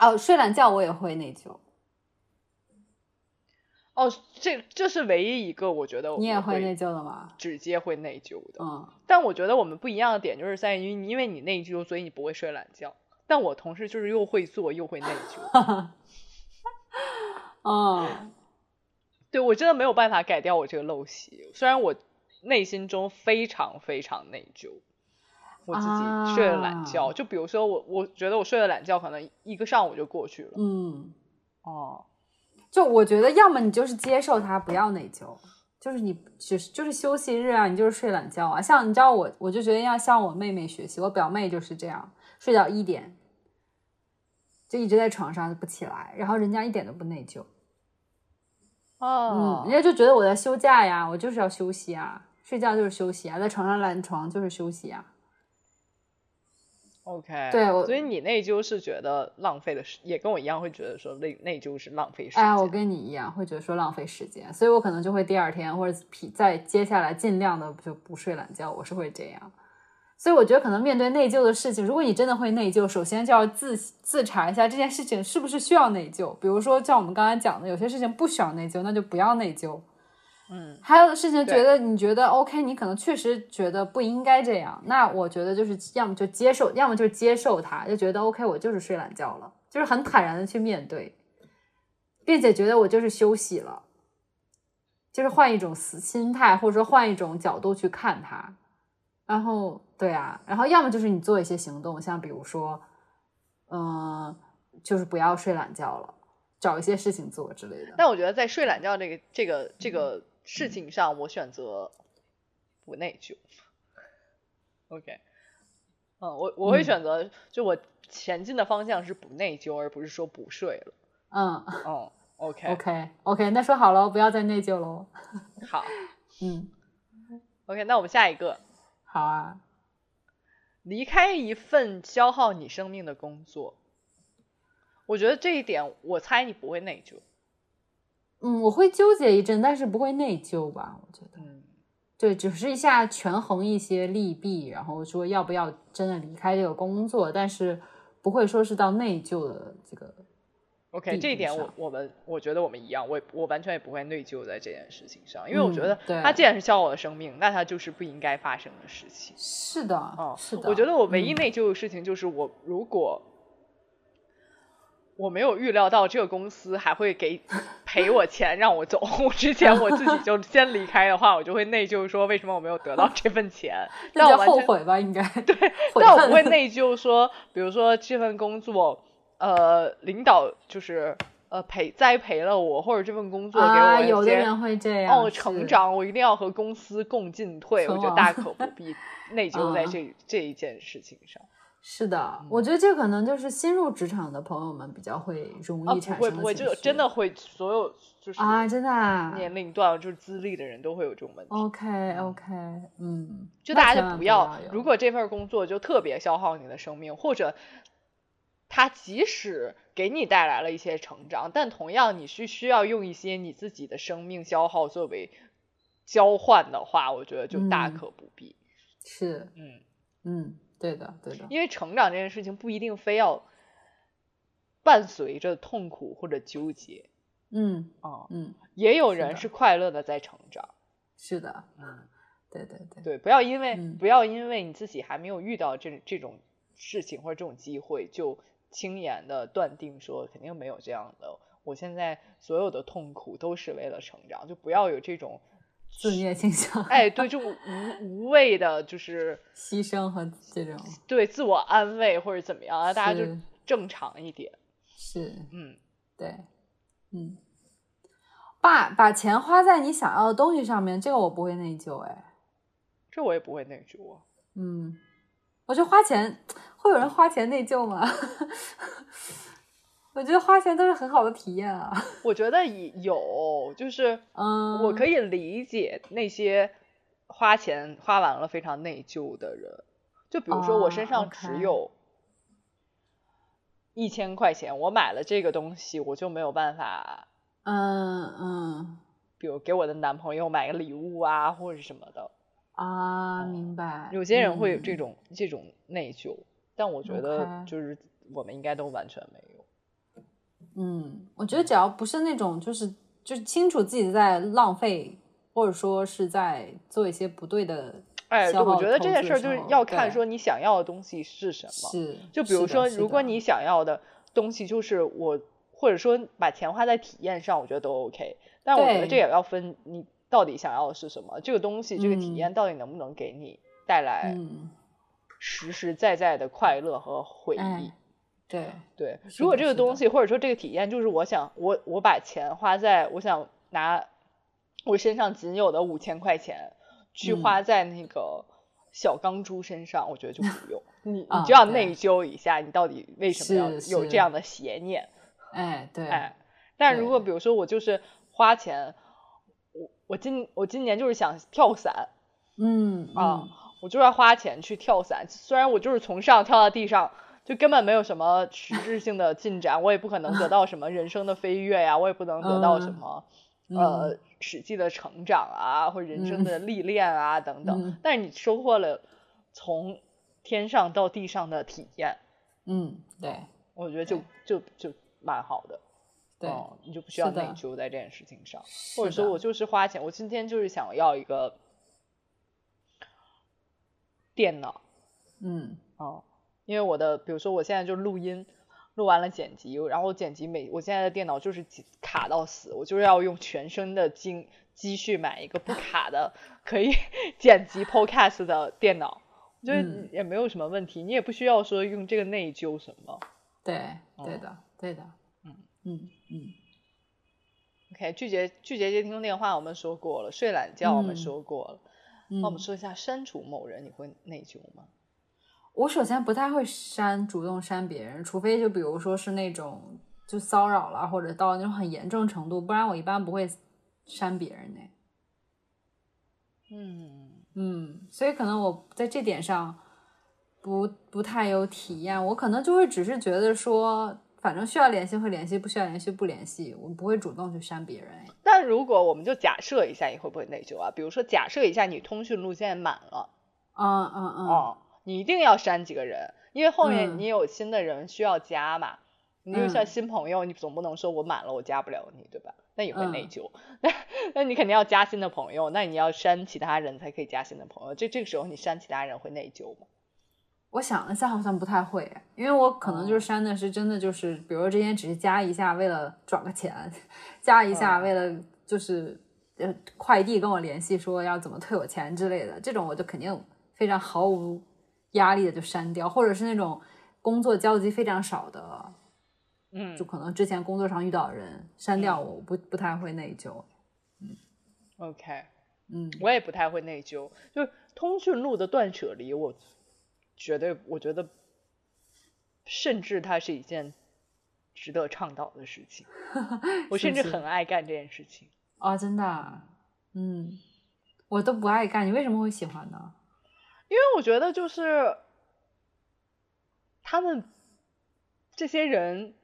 哦，睡懒觉我也会内疚，哦，这这是唯一一个我觉得你也我会会内疚的吗？直接会内疚的。嗯，但我觉得我们不一样的点就是在于，因为你内疚，所以你不会睡懒觉。但我同事就是又会做又会内疚，嗯，对我真的没有办法改掉我这个陋习。虽然我内心中非常非常内疚，我自己睡了懒觉，啊就比如说我，我觉得我睡了懒觉，可能一个上午就过去了。嗯，哦，就我觉得，要么你就是接受它，不要内疚，就是你只是就是休息日啊，你就是睡懒觉啊。像你知道我，我就觉得要向我妹妹学习，我表妹就是这样，睡到一点就一直在床上不起来，然后人家一点都不内疚，哦嗯，人家就觉得我在休假呀，我就是要休息啊，睡觉就是休息啊，在床上懒床就是休息啊。 ，OK，对我所以你内疚是觉得浪费的时，也跟我一样会觉得说内内疚是浪费时间。哎呀，我跟你一样，会觉得说浪费时间，所以我可能就会第二天或者皮再接下来尽量的就不睡懒觉，我是会这样。所以我觉得可能面对内疚的事情，如果你真的会内疚，首先就要自自查一下这件事情是不是需要内疚。比如说像我们刚才讲的，有些事情不需要内疚，那就不要内疚。嗯，还有的事情对觉得你觉得 OK，你可能确实觉得不应该这样，那我觉得就是要么就接受，要么就接受它，就觉得 OK，我就是睡懒觉了，就是很坦然的去面对，并且觉得我就是休息了，就是换一种思心态，或者说换一种角度去看它。然后对啊，然后要么就是你做一些行动，像比如说，嗯、就是不要睡懒觉了，找一些事情做之类的。但我觉得在睡懒觉这个这个这个事情上，我选择不内疚。OK，嗯，我我会嗯选择，就我前进的方向是不内疚，而不是说不睡了。嗯。嗯，OK， OK OK，那说好了，不要再内疚喽。好嗯， ，OK，那我们下一个，好啊。离开一份消耗你生命的工作，我觉得这一点，我猜你不会内疚。嗯，我会纠结一阵，但是不会内疚吧？我觉得，嗯，对，只是一下权衡一些利弊，然后说要不要真的离开这个工作，但是不会说是到内疚的这个。 OK，地这一图点我上我们我觉得我们一样，我也我完全也不会内疚在这件事情上，因为我觉嗯得对它既然是消耗我的生命，那它就是不应该发生的事情。是的，哦是的，我觉得我唯一嗯内疚的事情就是，我如果我没有预料到这个公司还 <laughs> 会给赔我钱让我走之前，我自己就先离开的话，我就会内疚说为什么我没有得到这份钱。那但叫我完后全悔吧，应该对， <laughs> 悔但我恨不会内疚说，比如说这份工作，呃，领导就是呃陪栽培了我，或者这份工作给我、啊，有的人会这样让我是成长，我一定要和公司共进退，我存觉得亡大 <laughs> 可不必内疚在啊这、这一件事情上。是嗯的，我觉得这可能就是新入职场的朋友们比较会容易啊，不产生会的不会，情就绪真的会，所有就是啊，真的哦啊年龄段就是资历的人都会有这种问题。 OK OK，嗯，就那大家千就万不不要，有如果这份工作就特别消耗你的生命，或者它即使给你带来了一些成长，但同样你是需要用一些你自己的生命消耗作为交换的话，我觉得就大嗯可不必。是嗯，嗯，对的对的，因为成长这件事情不一定非要伴随着痛苦或者纠结嗯啊、嗯，也有是人的是快乐的在成长。是的，嗯，对对对，对，不要因为、嗯不要因为你自己还没有遇到这这种事情或者这种机会，就轻言的断定说肯定没有这样的。我现在所有的痛苦都是为了成长，就不要有这种，自虐倾向、 <laughs> 哎，对，这种无无谓的，就是牺牲和这种对自我安慰或者怎么样啊，大家就是正常一点。是嗯，对，嗯，把把钱花在你想要的东西上面，这个我不会内疚，哎，这我也不会内疚啊。嗯，我觉得花钱会有人花钱内疚吗？ <laughs> 我觉得花钱都是很好的体验啊。我觉得也有，就是嗯，我可以，以理解那些花钱花完了非常内疚的人，就比如说我身啊上，OK 只有一千块钱，我买了这个东西，我就没有办法，嗯嗯比如给我的男朋友买个礼物啊，或者什么的。啊，明白。有些人会有这嗯，种、这种内疚，但我觉得 OK 就是我们应该都完全没有。嗯，我觉得只要不是那种就是就是清楚自己在浪费，或者说是在做一些不对的，哎，对，消我耗觉得这投件资事儿的就时是候要看对说你想要的东西是什么。是，就比如是的说，是如果的你想要的东西就是我，或者说把钱花在体验上，我觉得都 OK。但我觉得对这也要分你到底想要的是什么，这个东西、这个体验到底能不能给你带来嗯，实实在在的快乐和回忆。哎，对，对，是如果的这个是东的西或者说这个体验就是我想我我把钱花在我想拿我身上仅有的五千块钱去嗯花在那个小钢珠身上，我觉得就 <laughs> 不用，你你啊就要对内疚一下，你到底为什么要是有这是样的邪念？哎对，哎，但如对果比如说我就是花钱，我我今我今年就是想跳伞嗯啊，嗯我就是要花钱去跳伞，虽然我就是从上跳到地上。就根本没有什么实质性的进展，我也不可能得到什么人生的飞跃呀、我也不能得到什嗯么、嗯呃实际的成长啊，或者人生嗯的历练啊、等等。嗯但是你收获了从天上到地上的体验，嗯，对我觉得就就就蛮好的。对，哦，你就不需要是的内疚在这件事情上，或者是说的我就是花钱，我今天就是想要一个电脑嗯哦，因为我的比如说我现在就录音，录完了剪辑，然后剪辑每我现在的电脑就是几卡到死，我就是要用全身的精积蓄买一个不卡的可以 <laughs> 剪辑 podcast 的电脑，我觉得嗯也没有什么问题，你也不需要说用这个内疚什么。对对哦的对的，嗯嗯嗯。 OK，拒绝拒绝接听电话，我们说过了；睡懒觉，我们嗯说过了。嗯那我们说一下删除某人，你会内疚吗？我首先不太会删，主动删别人，除非就比如说是那种就骚扰了，或者到那种很严重程度，不然我一般不会删别人呢。嗯，嗯，所以可能我在这点上不不太有体验，我可能就会只是觉得说，反正需要联系会联系，不需要联系不联系，我不会主动去删别人。哎但如果我们就假设一下，你会不会内疚啊？比如说，假设一下你通讯录现在满了，嗯嗯嗯，哦，你一定要删几个人，因为后面嗯你有新的人需要加嘛。你就像嗯新朋友，你总不能说我满了我加不了你，对吧？那也会内嗯疚。 <laughs> 那那你肯定要加新的朋友，那你要删其他人才可以加新的朋友。这这个时候你删其他人会内疚吗？我想了一下，好像不太会，因为我可能哦就是删的是真的就是，比如说之前只是加一下，为了转个钱，加一下嗯为了就是呃快递跟我联系说要怎么退我钱之类的，这种我就肯定非常毫无压力的就删掉，或者是那种工作交集非常少的，嗯就可能之前工作上遇到的人删掉我，我不不太会内疚。 ，OK，嗯我也不太会内疚，就是通讯录的断舍离，我绝对我觉得，甚至它是一件值得倡导的事 <laughs> 情。我是甚不至是很爱干这件事情。啊、真的啊，嗯，我都不爱干，你为什么会喜欢呢？因为我觉得就是他们这些人，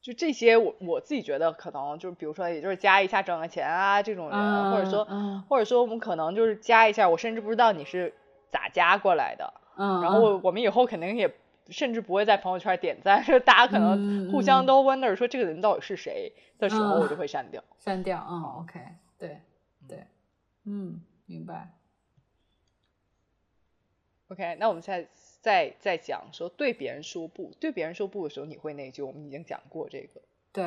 就这些我我自己觉得可能就是，比如说也就是加一下赚个钱啊这种人，或者说嗯或者说我们可能就是加一下，我甚至不知道你是咋加过来的，嗯，然后我我们以后肯定也。甚至不会在朋友圈点赞，就大家可能嗯互嗯相都 wonder 说这个人到底是谁的时候，嗯我就会删掉。删掉，嗯，OK，对对，嗯，明白。 OK，那我们现在再再讲说对别人说不，对别人说不的时候你会内疚，我们已经讲过这个对，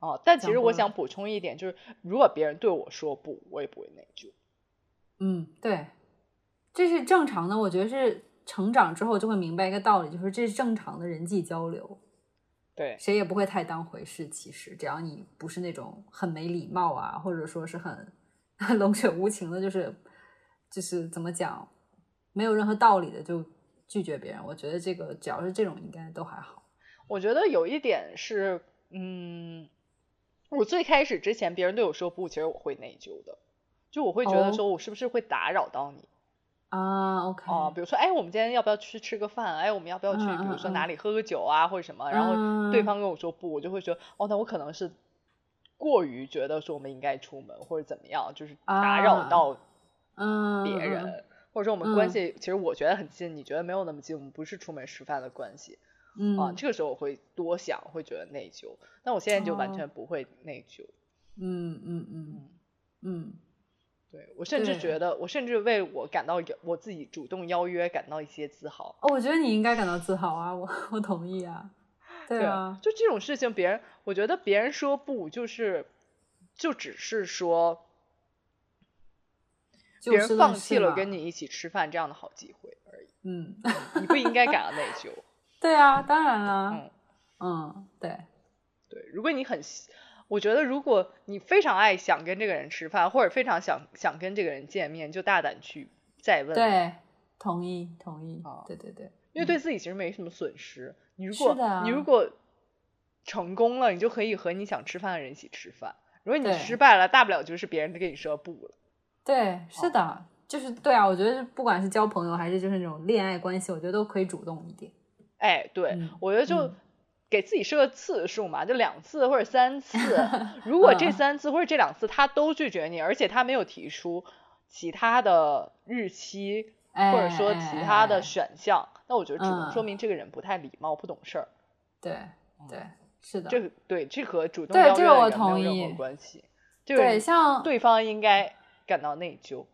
哦。但其讲实过我了想补充一点，就是如果别人对我说不，我也不会内疚。嗯，对，这是正常的。我觉得是成长之后就会明白一个道理，就是这是正常的人际交流，对，谁也不会太当回事。其实，只要你不是那种很没礼貌啊，或者说是很 <laughs> 冷血无情的，就是就是怎么讲，没有任何道理的就拒绝别人。我觉得这个只要是这种，应该都还好。我觉得有一点是，嗯，我最开始之前别人对我说不，其实我会内疚的，就我会觉得哦说我是不是会打扰到你。啊，OK，哦，比如说，哎，我们今天要不要去吃个饭？哎，我们要不要去，嗯比如嗯说嗯哪里喝个酒啊，或者什么？然后对嗯方跟我说不，我就会觉得，哦，那我可能是过于觉得说我们应该出门或者怎么样，就是打扰啊到嗯，别嗯人，嗯或者说我们关嗯系其实我觉得很近，你觉得没有那么近，我们不是出门吃饭的关系嗯，啊。这个时候我会多想，会觉得内疚。但我现在就完哦全不会内疚。嗯嗯嗯嗯对我甚至对觉得，我甚至为我感到有我自己主动邀约感到一些自豪。哦，我觉得你应该感到自豪啊，我我同意啊，对啊，就这种事情，别人我觉得别人说不就是，就只是说就别事人论放事弃了嘛跟你一起吃饭这样的好机会而已，嗯， <laughs> 你不应该感到内疚。对啊，当然啦，嗯，嗯，对，对，如果你很喜，我觉得如果你非常爱想跟这个人吃饭，或者非常想想跟这个人见面，就大胆去再问，，对，同意同意哦，对对对，因为对自己其实没什么损失。你如是果、的你如啊果成功了，你就可以和你想吃饭的人一起吃饭。如果你对失败了，大不了就是别人跟你说不了。对，哦是的，就是对啊，我觉得不管是交朋友还是就是那种恋爱关系，我觉得都可以主动一点，哎，对，嗯我觉得就嗯给自己设个次数嘛，就两次或者 <laughs> 三次。如果这嗯三次或者这两次他都拒绝你，而且他没有提出其他的日期哎，或者说哎其他的哎选项，那我觉得只能说嗯明这个人不太礼貌、不懂事儿。对嗯对是的，这个对，这和主嗯动对邀这约个我的人没有同任意何关系。这个对人像对方应该感到内疚。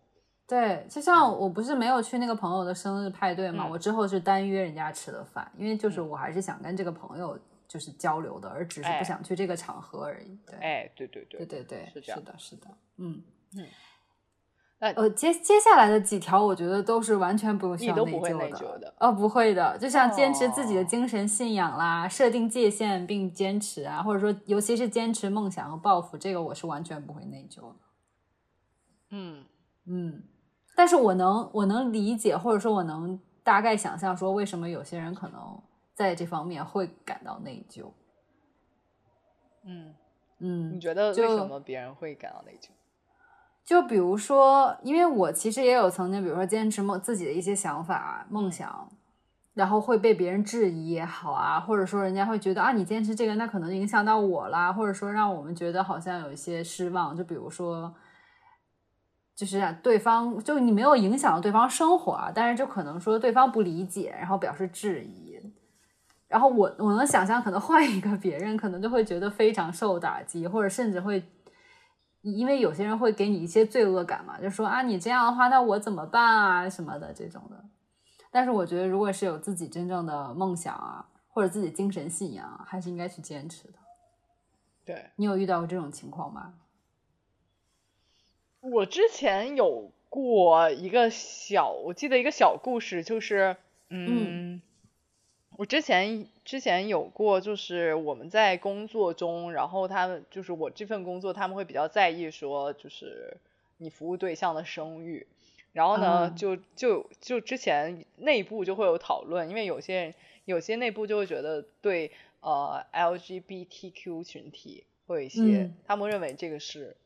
对，就像我不是没有去那个朋友的生日派对嘛，嗯我之后是单约人家吃的饭，因为就是我还是想跟这个朋友就是交流的，而只是哎不想去这个场合而已。对，哎，对对对对对对，是是这样的，是的，嗯嗯那呃，接接下来的几条，我觉得都是完全不用需你要都不会内内疚疚的。哦，不会的，就像坚持自己哦的精神信仰啦，设定界限并坚持啊，或者说尤其是坚持梦想和抱负，这个我是完全不会内疚的。嗯嗯，但是我能我能理解，或者说我能大概想象说，为什么有些人可能在这方面会感到内疚。嗯，你嗯，觉得为什就么别人会感到内疚？就比如啊说，因为我其实也有曾经，比如说坚持梦自己的一些想法、梦想，然后会被别人质疑也好啊，或者说人家会觉得啊，你坚持这个，那可能影响到我啦，或者说让我们觉得好像有一些失望。就比如说，就是啊对方就你没有影响到对方生活啊，但是就可能说对方不理解，然后表示质疑。然后我我能想象，可能换一个别人，可能就会觉得非常受打击，或者甚至会，因为有些人会给你一些罪恶感嘛，就说啊你这样的话，那我怎么办啊什么的这种的。但是我觉得，如果是有自己真正的梦想啊，或者自己精神信仰啊，还是应该去坚持的。对你有遇到过这种情况吗？我之前有过一个小，我记得一个小故事，就是嗯，我之前之前有过，就是我们在工作中，然后他们就是我这份工作，他们会比较在意说，就是你服务对象的声誉。然后呢，嗯就就就之前内部就会有讨论，因为有些人有些内部就会觉得对呃 LGBTQ 群体会有一些，嗯他们认为这个是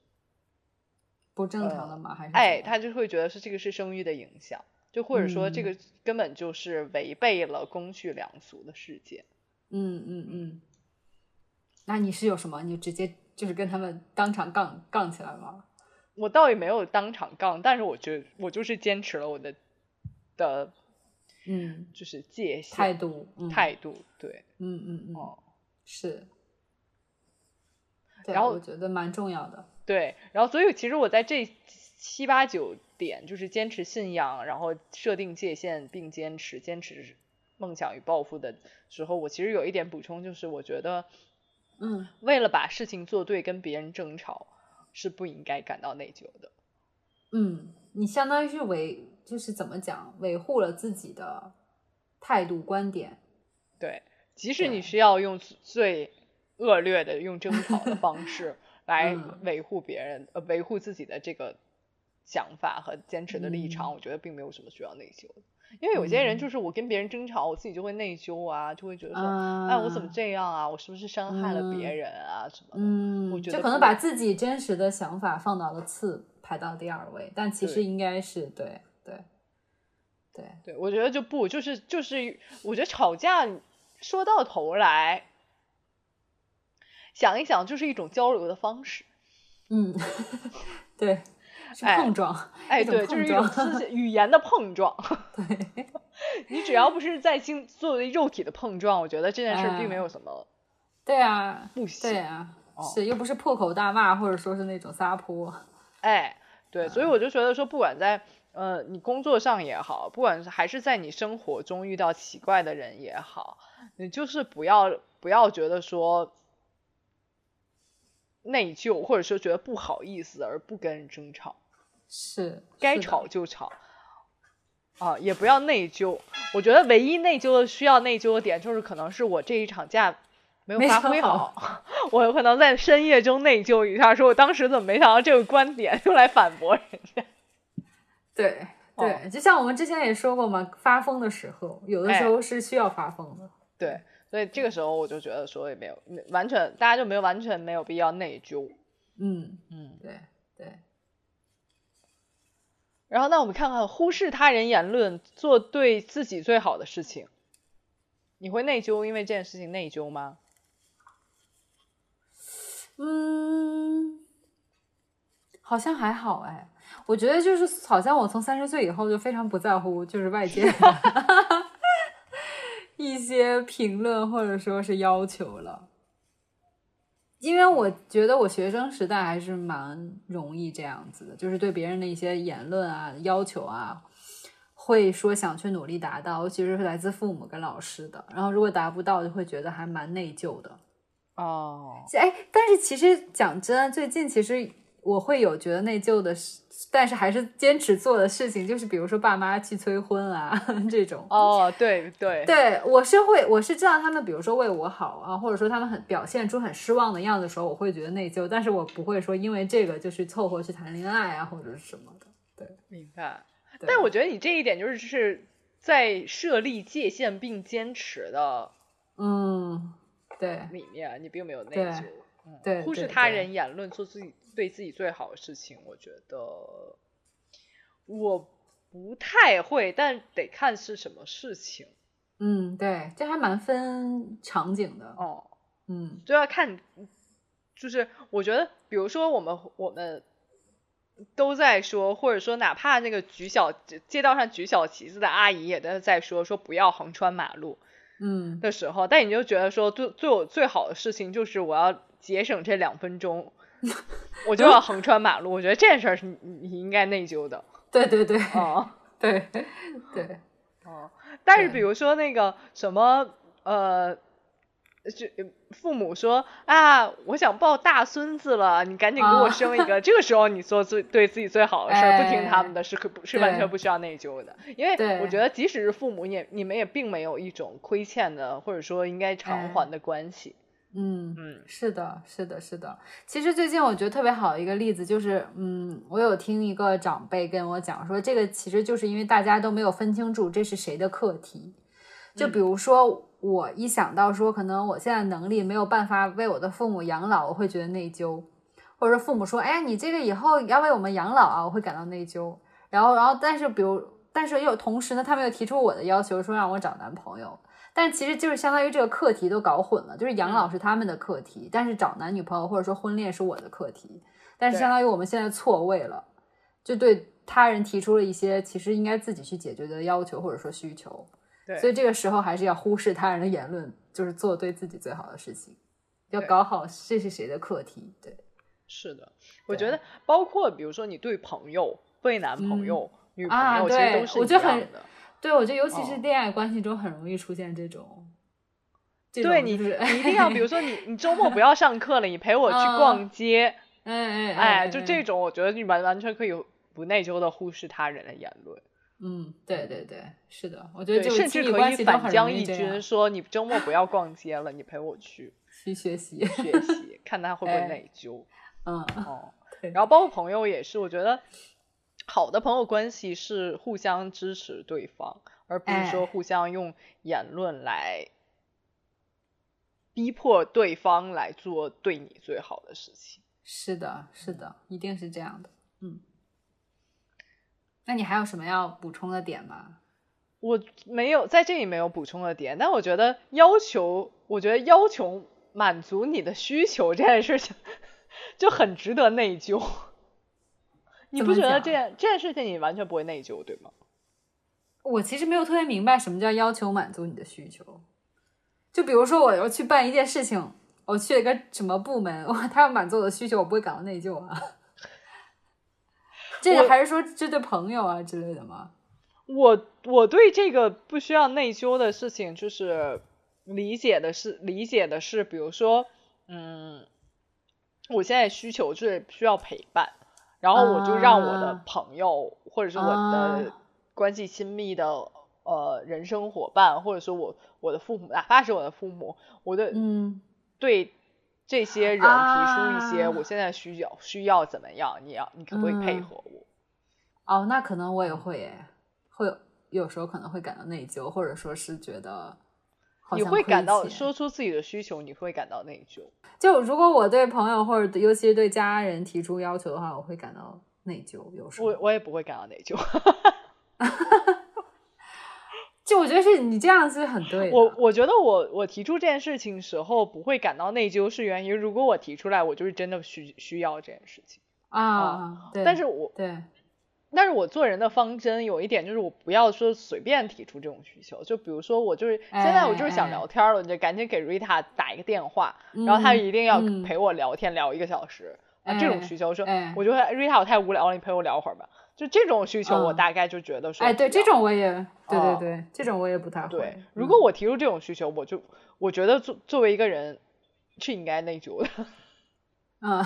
不正常的吗？还是哎，怎么他就会觉得是这个是生育的影响，就或者说这嗯个根本就是违背了公序良俗的世界。嗯嗯嗯。那你是有什么？你直接就是跟他们当场杠杠起来吗？嗯我倒也没有当场杠，但是我觉得我就是坚持了我的的，嗯，就是界限态度，嗯，态度对，嗯嗯嗯，哦是。对然后我觉得蛮重要的。对，然后所以其实我在这七八九点就是坚持信仰，然后设定界限，并坚持坚持梦想与抱负的时候，我其实有一点补充，就是我觉得嗯，为了把事情做对，跟别人争吵是不应该感到内疚的。嗯，你相当于是维，就是怎么讲，维护了自己的态度观点。对，即使对你是要用最最恶劣的用争吵的方 <laughs> 式来嗯维护别人，呃，维护自己的这个想法和坚持的立场，嗯我觉得并没有什么需要内疚的。因为有些人嗯就是我跟别人争吵，我自己就会内疚啊，就会觉得说，啊，哎，我怎么这样啊？我是不是伤害了别嗯人啊？什么的。我嗯，觉就得可能不把自己真实的想法放到了次，排到第二位，但其实对应该是对对对，对，我觉得就不，就是就是，我觉得吵架说到头来，想一想就是一种交流的方式。嗯，对，是哎碰撞，哎，一种对，就是碰一种撞思 <laughs> 想语言的碰撞。对， <laughs> 你只要不是在经作为肉体的碰撞，我觉得这件事儿并没有什么对啊，嗯不对行。啊，哦是又不是破口大骂，或者说是那种撒泼，哎，对，嗯所以我就觉得说，不管在呃你工作上也好，不管是还是在你生活中遇到奇怪的人也好，你就是不要不要觉得说内疚，或者说觉得不好意思而不跟人争吵。是该是的吵就吵，啊，也不要内疚。我觉得唯一内疚的需要内疚的点，就是可能是我这一场架没有没发想挥好， <laughs> 我有可能在深夜中内疚一下，说我当时怎么没想到这个观点，用来反驳人家。对哦对，就像我们之前也说过嘛，发疯的时候，有的时哎候是需要发疯的。对，所以这个时候我就觉得说也没有完全，大家就没有完全没有必要内疚。嗯，嗯，对对，然后那我们看看忽视他人言论，做对自己最好的事情，你会内疚，因为这件事情内疚吗？嗯，好像还好哎。我觉得就是好像我从三十岁以后就非常不在乎，就是外界的 <laughs> 一些评论或者说是要求了。因为我觉得我学生时代还是蛮容易这样子的，就是对别人的一些言论啊、要求啊，会说想去努力达到，尤其是来自父母跟老师的。然后如果达不到，就会觉得还蛮内疚的。哦，哎，但是其实讲真，最近其实我会有觉得内疚的事，但是还是坚持做的事情，就是比如说爸妈去催婚啊 <laughs> 这种。哦，对对对，我是会，我是知道他们，比如说为我好啊，或者说他们很表现出很失望的样子的时候，我会觉得内疚，但是我不会说因为这个就是凑合去谈恋爱啊，或者是什么的。明白。对但我觉得你这一点就是是在设立界限并坚持的嗯，对里面，你并没有内对疚，嗯对忽视对他对人言论，做自己对自己最好的事情。我觉得我不太会，但得看是什么事情。嗯，对，这还蛮分场景的。哦，嗯就要看你，就是我觉得，比如说我们我们都在说，或者说哪怕那个举小街道上举小旗子的阿姨也在在说说不要横穿马路嗯，的时候，但你就觉得说最最我最好的事情就是我要节省这两 <laughs> 分钟，我就要横穿马路。我觉得这件事儿是你你你应该内 <laughs> 疚的对对对哦。对对，哦，但是对比如说那个什么，呃，就父母说啊，我想抱大孙子了，你赶紧给我啊哎生一个。这个时候你做最对自己最好的事儿，不听他们的是可不是完对全不需要内疚的，因为我对觉得即使是父母，你也你们也并没有一种亏欠的，或者说应该哎偿还的关系。嗯。嗯是的，是的，是的。其实最近我觉得特别好的一个例子就是，嗯，我有听一个长辈跟我讲说，这个其实就是因为大家都没有分清楚这是谁的课题。就比如说，我一想到说，可能我现在能力没有办法为我的父母养老，我会觉得内疚，或者说父母说，哎，你这个以后要为我们养老啊，我会感到内疚。然后，然后，但是比如，但是又同时呢，他们又提出我的要求，说让我找男朋友。但其实就是相当于这个课题都搞混了，就是养老是他们的课题，但是找男女朋友或者说婚恋是我的课题，但是对相当于我们现在错位了，就对他人提出了一些其实应该自己去解决的要求或者说需求，对所以这个时候还是要忽视他人的言论，就是做对自己最好的事情，要对搞好这是谁的课题，对，是的，我对觉得包括比如说你对朋友、对男嗯朋友、女朋啊友，其实对都是我一觉得很样的。对我觉得尤其是哦恋爱关系中很容易出现这种，这对种你，就是你一定要，比如说你，你周末不要上课了，你陪我去嗯逛街， <laughs> 哎哎哎，就这种，种，我觉得你完完全可以不内疚的忽视他人的言论，嗯，对对对，是的，我觉得这对，种甚亲至密可关以系都反很将容易一这 <laughs> 军，样说你周末不要逛街了，你陪我去去学习，学 <laughs> 习，看他会不哎会内疚。嗯，哦，对然后包括朋友也是，我觉得好的朋友关系是互相支持对方，而不是哎说互相用言论来逼迫对方来做对你最好的事情。是的，是的，一定是这样的，嗯。那你还有什么要补充的点吗？我没有在这里没有补充的点，但我觉得要求，我觉得要求满足你的需求这件事情就很值得内疚。你怎不么觉得讲这件这件事情你完全不会内疚，对吗？我其实没有特别明白什么叫要求满足你的需求。就比如说，我要去办一件事情，我去了一个什么部门，我他要满足我的需求，我不会感到内疚啊。 <laughs> 这我个还是说这对朋友啊之类的吗？我我对这个不需要内疚的事情，就是理解的是理解的是，比如说，嗯，我现在需求是需要陪伴，然后我就让我的啊朋友、或者是我的啊关系亲密的呃人生伙伴，或者说我我的父母，哪怕是我的父母，我的嗯，对这些人提出一些啊我现在需要需要怎么样，你要你可不可以配嗯合我？哦，那可能我也会耶，会有有时候可能会感到内疚，或者说是觉得好你像会亏感到欠说出自己的需求，你会感到内疚。就如果我对朋友或者尤其是对家人提出要求的话，我会感到内疚。有时我候，我也不会感到内疚，就我觉得是你这样是很对的。我我觉得我我提出这件事情时候不会感到内疚，是源于如果我提出来，我就是真的需需要这件事情。啊，对，哦但是我对，但是我做人的方针有一点就是我不要说随便提出这种需求，就比如说我就是现在我就是想哎聊天了，我就赶紧给 Rita 打一个电话，然后她嗯一定要嗯陪我聊天聊一个小时，啊这种需求说哎我就会 Rita 我太无聊了，你陪我聊会儿吧。就这种需求，我嗯大概就觉得说哎，对，不要这种我也，对对哦对，这种我也不太会。对嗯，如果我提出这种需求，我就我觉得作作为一个人是应该 <laughs> 内疚的嗯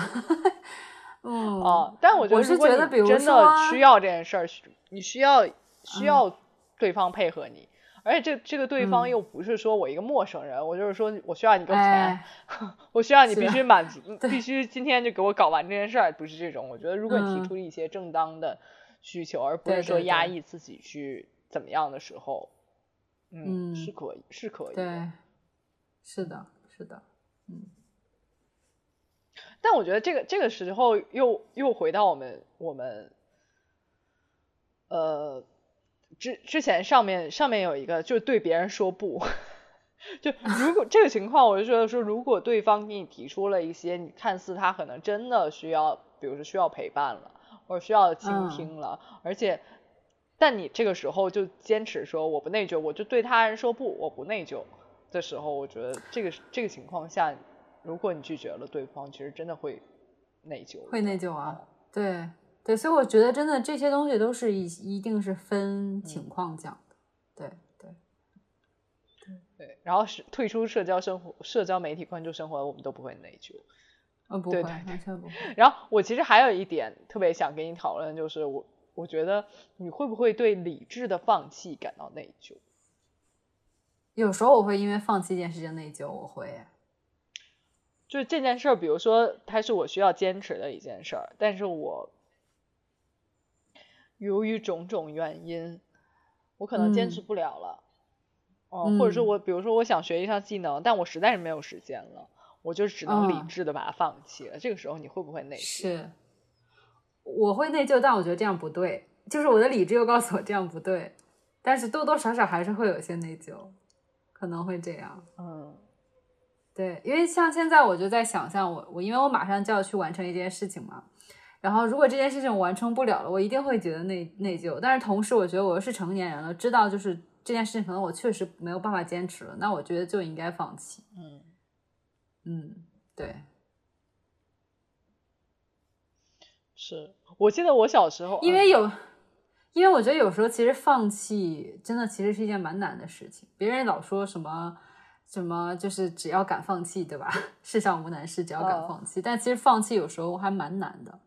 <laughs> 嗯啊。但我觉我得，是如果觉你得比如真说嗯的啊需要这件事儿，你需要需要对方配合你，而且这这个对方嗯又不是说我一个陌生人，我就是说我需要你给我钱，哎，我需要你是必须满足，必须今天就给我搞完这件事儿，不是这种。我觉得，如果你嗯提出一些正当的需求，而不对是说对压对抑自己去怎么样的时候，嗯，嗯是可以，是可以的。对，是的，是的，但我觉得这个这个时候又又回到我们我们呃之之前上面上面有一个，就是对别人说不， <laughs> 就如果这个情况，我就觉得说，如果对方给你提出了一些你看似他可能真的需要，比如说需要陪伴了，或者需要倾听了，而且但你这个时候就坚持说我不内疚，我就对他人说不，我不内疚的时候，我觉得这个这个情况下，如果你拒绝了对方，其实真的会内疚，会内疚啊，对对，所以我觉得真的这些东西都是一一定是嗯分情况讲的，对对，对，然后是退出社交生活、社交媒体关注生活，我们都不会内疚。呃不对会，对完全不会。然后我其实还有一点特别想跟你讨论，就是我我觉得你会不会对理智的放弃感到内疚？有时候我会因为放弃一件事情内疚，我会，就是这件事儿，比如说它是我需要坚持的一件事儿，但是我由于种种原因，我可能坚持不了了。哦、或者是嗯我，比如说我想学一项技能，但我实在是没有时间了，我就只能理嗯智的把它放弃了。这个时候你会不会内疚？是，我会内疚，但我觉得这样不对，就是我的理智又告诉我这样不对，但是多多少少还是会有些内疚，可能会这样。嗯对，因为像现在我就在想象我我因为我马上就要去完成一件事情嘛，然后如果这件事情我完成不了了，我一定会觉得内内疚。但是同时，我觉得我又是成年人了，知道就是这件事情可能我确实没有办法坚持了，那我觉得就应该放弃。嗯。嗯，对，是我记得我小时候，因嗯为有，因为我觉得有时候其实放弃真的其实是一件蛮难的事情。别人老说什么什么，就是只要敢放弃，对吧？ <laughs> 世上无难事，只要敢哦放弃。但其实放弃有时候还蛮难的。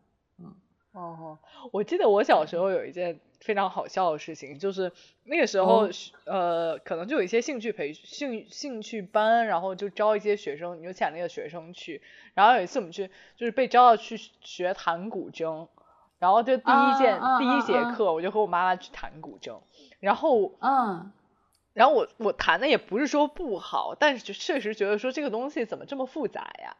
哦，我记得我小时候有一件非常好笑的事情，就是那个时候哦是、呃，可能就有一些兴趣培兴兴趣班，然后就招一些学生，有潜力的学生去。然后有一次我们去，就是被招到去学弹古筝，然后就第一啊件、啊第一啊节啊课，我就和我妈妈去弹古筝，然后。嗯，然后我我弹的也不是说不好，但是就确实觉得说这个东西怎么这么复杂呀？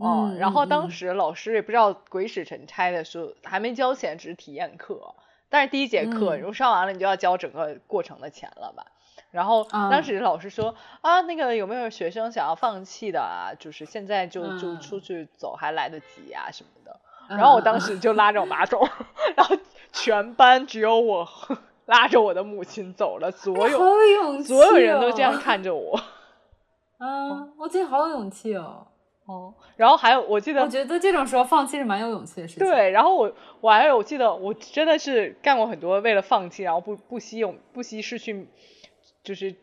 哦，嗯然后嗯当嗯时老师也不知道鬼使神差的说还没交钱，只是体验课。但是第一节课，嗯如果上完了，你就要交整个过程的钱了吧？然后当啊时老师说啊，那个有没有学生想要放弃的啊？就是现在就就嗯出去走还来得及呀、什么的。然然后我当时就拉着我妈走， <laughs> 然后全班只有我拉着我的母亲走了，所有嗯好有勇气、哦所有人都这啊样。看着我。嗯，我觉得好有勇气哦。哦，然后还有，我记我得觉得这种时候放弃是蛮有勇气的事情。，啊对，然后我我还有，我记得我真的是干过很多为了放弃，然后不不惜用不惜失去，就是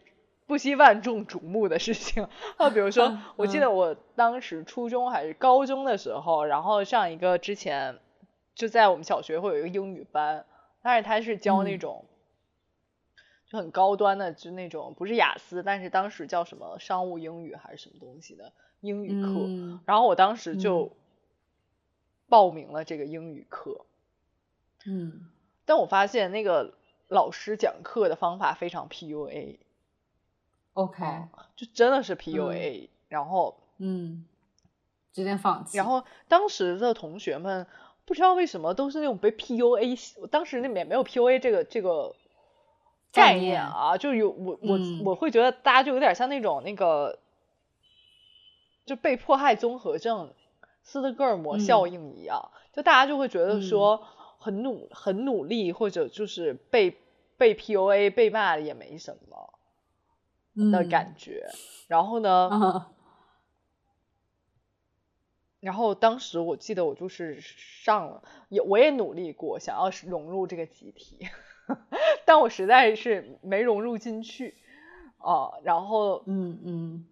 不惜万众瞩目的事情。 <laughs> 啊，比如说嗯，我记嗯得我当时初中还是高中的时候，然后上一个之前就在我们小学会有一个英语班，但是他是教那嗯种。就很高端的，就那种不是雅思，但是当时叫什么商务英语还是什么东西的英语课，嗯然后我当时就报名了这个英语课，嗯，但我发现那个老师讲课的方法非常 PUA， ，OK，啊，就真的是 PUA、然后，嗯，直接放弃。然后当时的同学们不知道为什么都是那种被 PUA，洗我当时那边没有 PUA 这个这个概概念念啊，就有我我、嗯我会觉得大家就有点像那种那个就被迫害综合症、斯德哥尔摩效嗯应一样，就大家就会觉得嗯说很努很努力，或者就是被被 PUA 被骂也没什么的感觉。然后呢，嗯啊然后当时我记得我就是上了，也我也努力过，想要是融入这个集体， <laughs> 但我实在是没融入进去啊。然后， <laughs> 嗯嗯，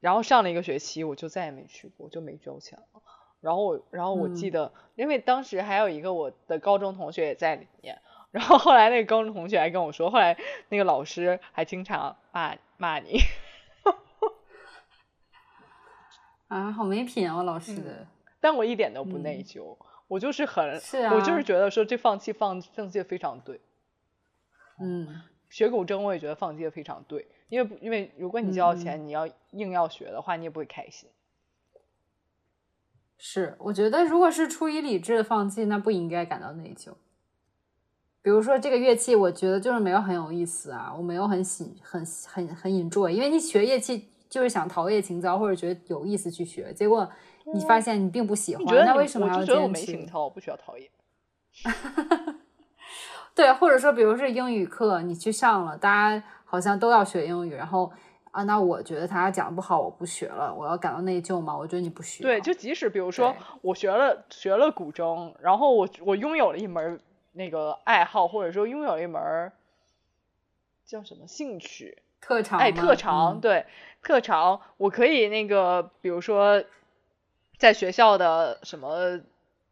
然后上了一个学期，我就再也没去过，就没交钱了。然后我，然后我记嗯得，因为当时还有一个我的高中同学也在里面，然后后来那个高中同学还跟我说，后来那个老师还经常骂骂你。 <laughs> 啊，好没品哦，老师。嗯但我一点都不内嗯疚，我就是很，是我就是啊觉得说这放弃放放弃的非常对。嗯学古筝我也觉得放弃的非常对，因为不因为如果你嗯交了钱，你要硬要学的话，你也不会开心。是，我觉得如果是出于理智的放弃，那不应该感到内疚。比如说这个乐器，我觉得就是没有很有意思啊，我没有很喜很很很 enjoy，因为你学乐器就是想陶冶情操或者觉得有意思去学，结果你发现你并不喜欢，嗯你觉得那你为什么还我要就觉得我坚没持情？操，我不需要讨厌。对，或者说，比如是英语课，你去上了，大家好像都要学英语，然后啊，那我觉得他讲的不好，我不学了，我要感到内疚吗？我觉得你不需要。对，就即使比如说对我学了学了古筝，然后我我拥有了一门儿那个爱好，或者说拥有了一门儿叫什么兴趣，特长吗，哎，特长，嗯对，特长，我可以那个，比如说在学校的什么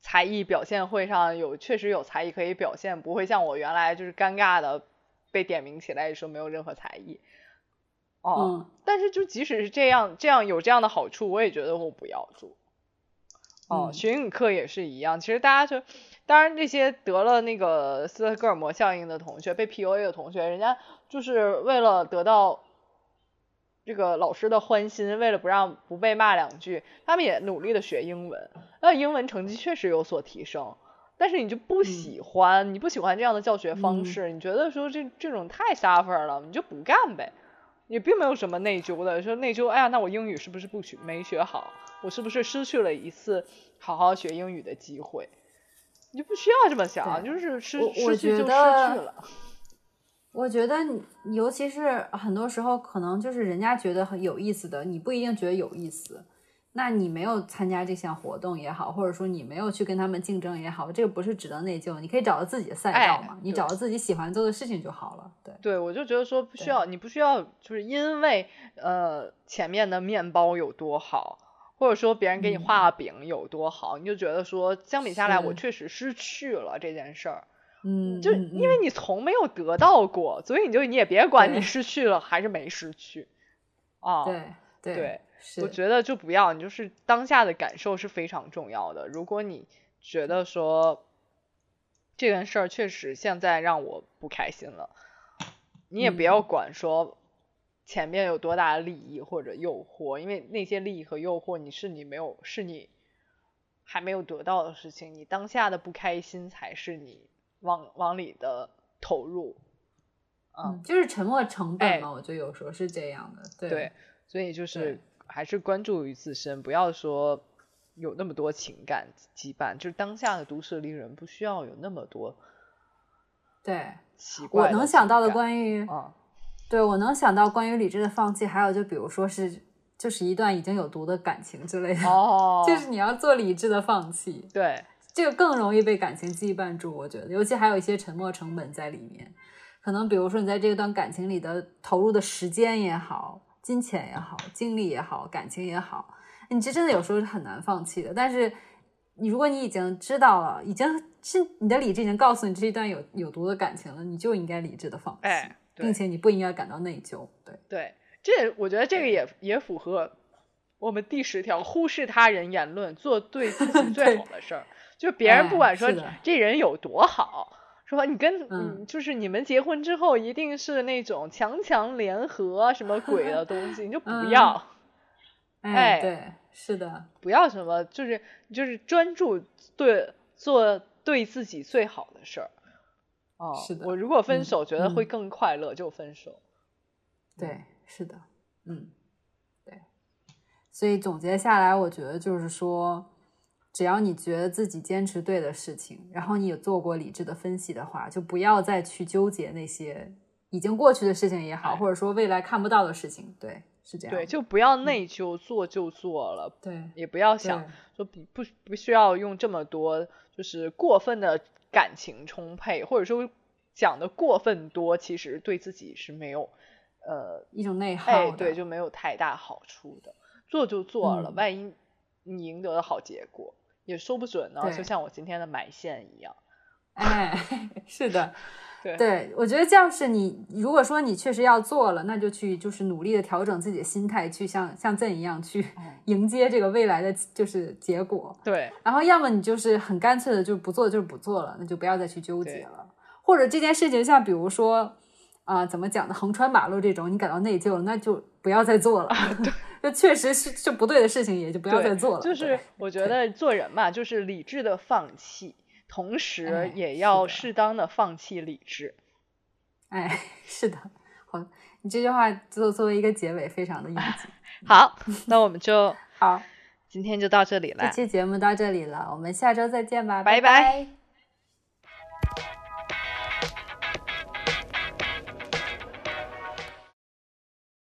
才艺表现会上有，确实有才艺可以表现，不会像我原来就是尴尬的被点名起来说没有任何才艺。哦，嗯，但是就即使是这样，这样有这样的好处，我也觉得我不要做。哦，嗯学英语课也是一样。其实大家就，当然这些得了那个斯德哥尔摩效应的同学，被 PUA 的同学，人家就是为了得到这个老师的欢心，为了不让不被骂两句，他们也努力的学英文。那英文成绩确实有所提升，但是你就不喜欢，你不喜欢这样的教学方嗯式，你觉得说这这种太 suffer 了，你就不干呗。也并没有什么内疚的，说内疚，哎呀，那我英语是不是不学没学好？我是不是失去了一次好好学英语的机会？你就不需要这么想，对就是失我我失去觉就失去得了。我觉得你，尤其是很多时候，可能就是人家觉得很有意思的，你不一定觉得有意思。那你没有参加这项活动也好，或者说你没有去跟他们竞争也好，这个不是值得内疚。你可以找到自己的赛道哎嘛，你对找到自己喜欢做的事情就好了。对，对，我就觉得说不需对要，你不需要，就是因为呃前面的面包有多好，或者说别人给你嗯画饼有多好，你就觉得说相比下来，我是确实失去了这件事儿。嗯，就嗯因为你从没有得到过，所以你就你也别管你对失去了还是没失去啊。嗯对对对是我觉得就不要，你就是当下的感受是非常重要的。如果你觉得说这件事儿确实现在让我不开心了，你也不要管说前面有多大的利益或者诱惑，因为那些利益和诱惑，你是你没有，是你还没有得到的事情，你当下的不开心才是你往往里的投入。啊嗯，就是沉没成哎本嘛，我觉得有时候是这样的。对对对，所以就是对还是关注于自身，不要说有那么多情感羁绊。就是当下的都市丽人不需要有那么多奇怪我的能想到的情感关于啊，对我能想到关于理智的放弃，还有就比如说是就是一段已经有毒的感情之类的。哦， <laughs> 就是嗯你要做理智的放弃，对，这个更容易被感情羁绊住。我觉得，尤其还有一些沉没成本在里面，可能比如说你在这段感情里的投入的时间也好、金钱也好、精力也好、感情也好，你这真的有时候是很难放弃的。但是你如果你已经知道了，已经是你的理智已经告诉你这一段有有毒的感情了，你就应该理智的放弃，哎，对并且你不应该感到内疚。对，对，这我觉得这个也也符合我们第十条，忽视他人言论，做对自己 <laughs> 最对好的事儿。就是别人哎不管说是的这人有多好，说你跟嗯嗯，就是你们结婚之后一定是那种强强联合 <laughs> 什么鬼的东西，你就不嗯要。哎哎，对，是的，不要什么，就是就是专注对做对自己最好的事儿。哦，是的我如果分嗯手，觉得会嗯更快乐，就分手。对，是的，嗯，对。所以总结下来，我觉得就是说，只要你觉得自己坚持对的事情，然后你也做过理智的分析的话，就不要再去纠结那些已经过去的事情也好，哎或者说未来看不到的事情。对，是这样对，的。就不要内疚，做就做了，对也不要对想说不不不需要用这么多，就是过分的感情充沛，或者说讲的过分多，其实对自己是没有呃一种内耗的。哎，对，就没有太大好处的。做就做了，嗯万一你赢得了好结果，也说不准呢。就对像我今天的埋线一样， <laughs> 哎， <laughs> 是的，对对，我觉得这样是你，如果说你确实要做了，那就去就是努力的调整自己的心态，去像像朕一样去嗯 <laughs> 迎接这个未来的就是结果。对然后要么你就是很干脆的就不做，就是不做了，那就不要再去纠对结了。或者这件事情，像比如说啊、怎么讲呢，横穿马路这种，你感到内疚了，那就不要再做了。 <laughs> 就确实是是不对的事情，也就不要啊对再做了。就是对我觉得做人嘛，就是理智的放弃，同时哎也是要的适当的放弃理智。哎，是的，好，你这句话作作为一个结尾，非常的应景。好，那我们就好，今天就到这里这了。期节目到这里了，我们下周再见吧，拜拜拜拜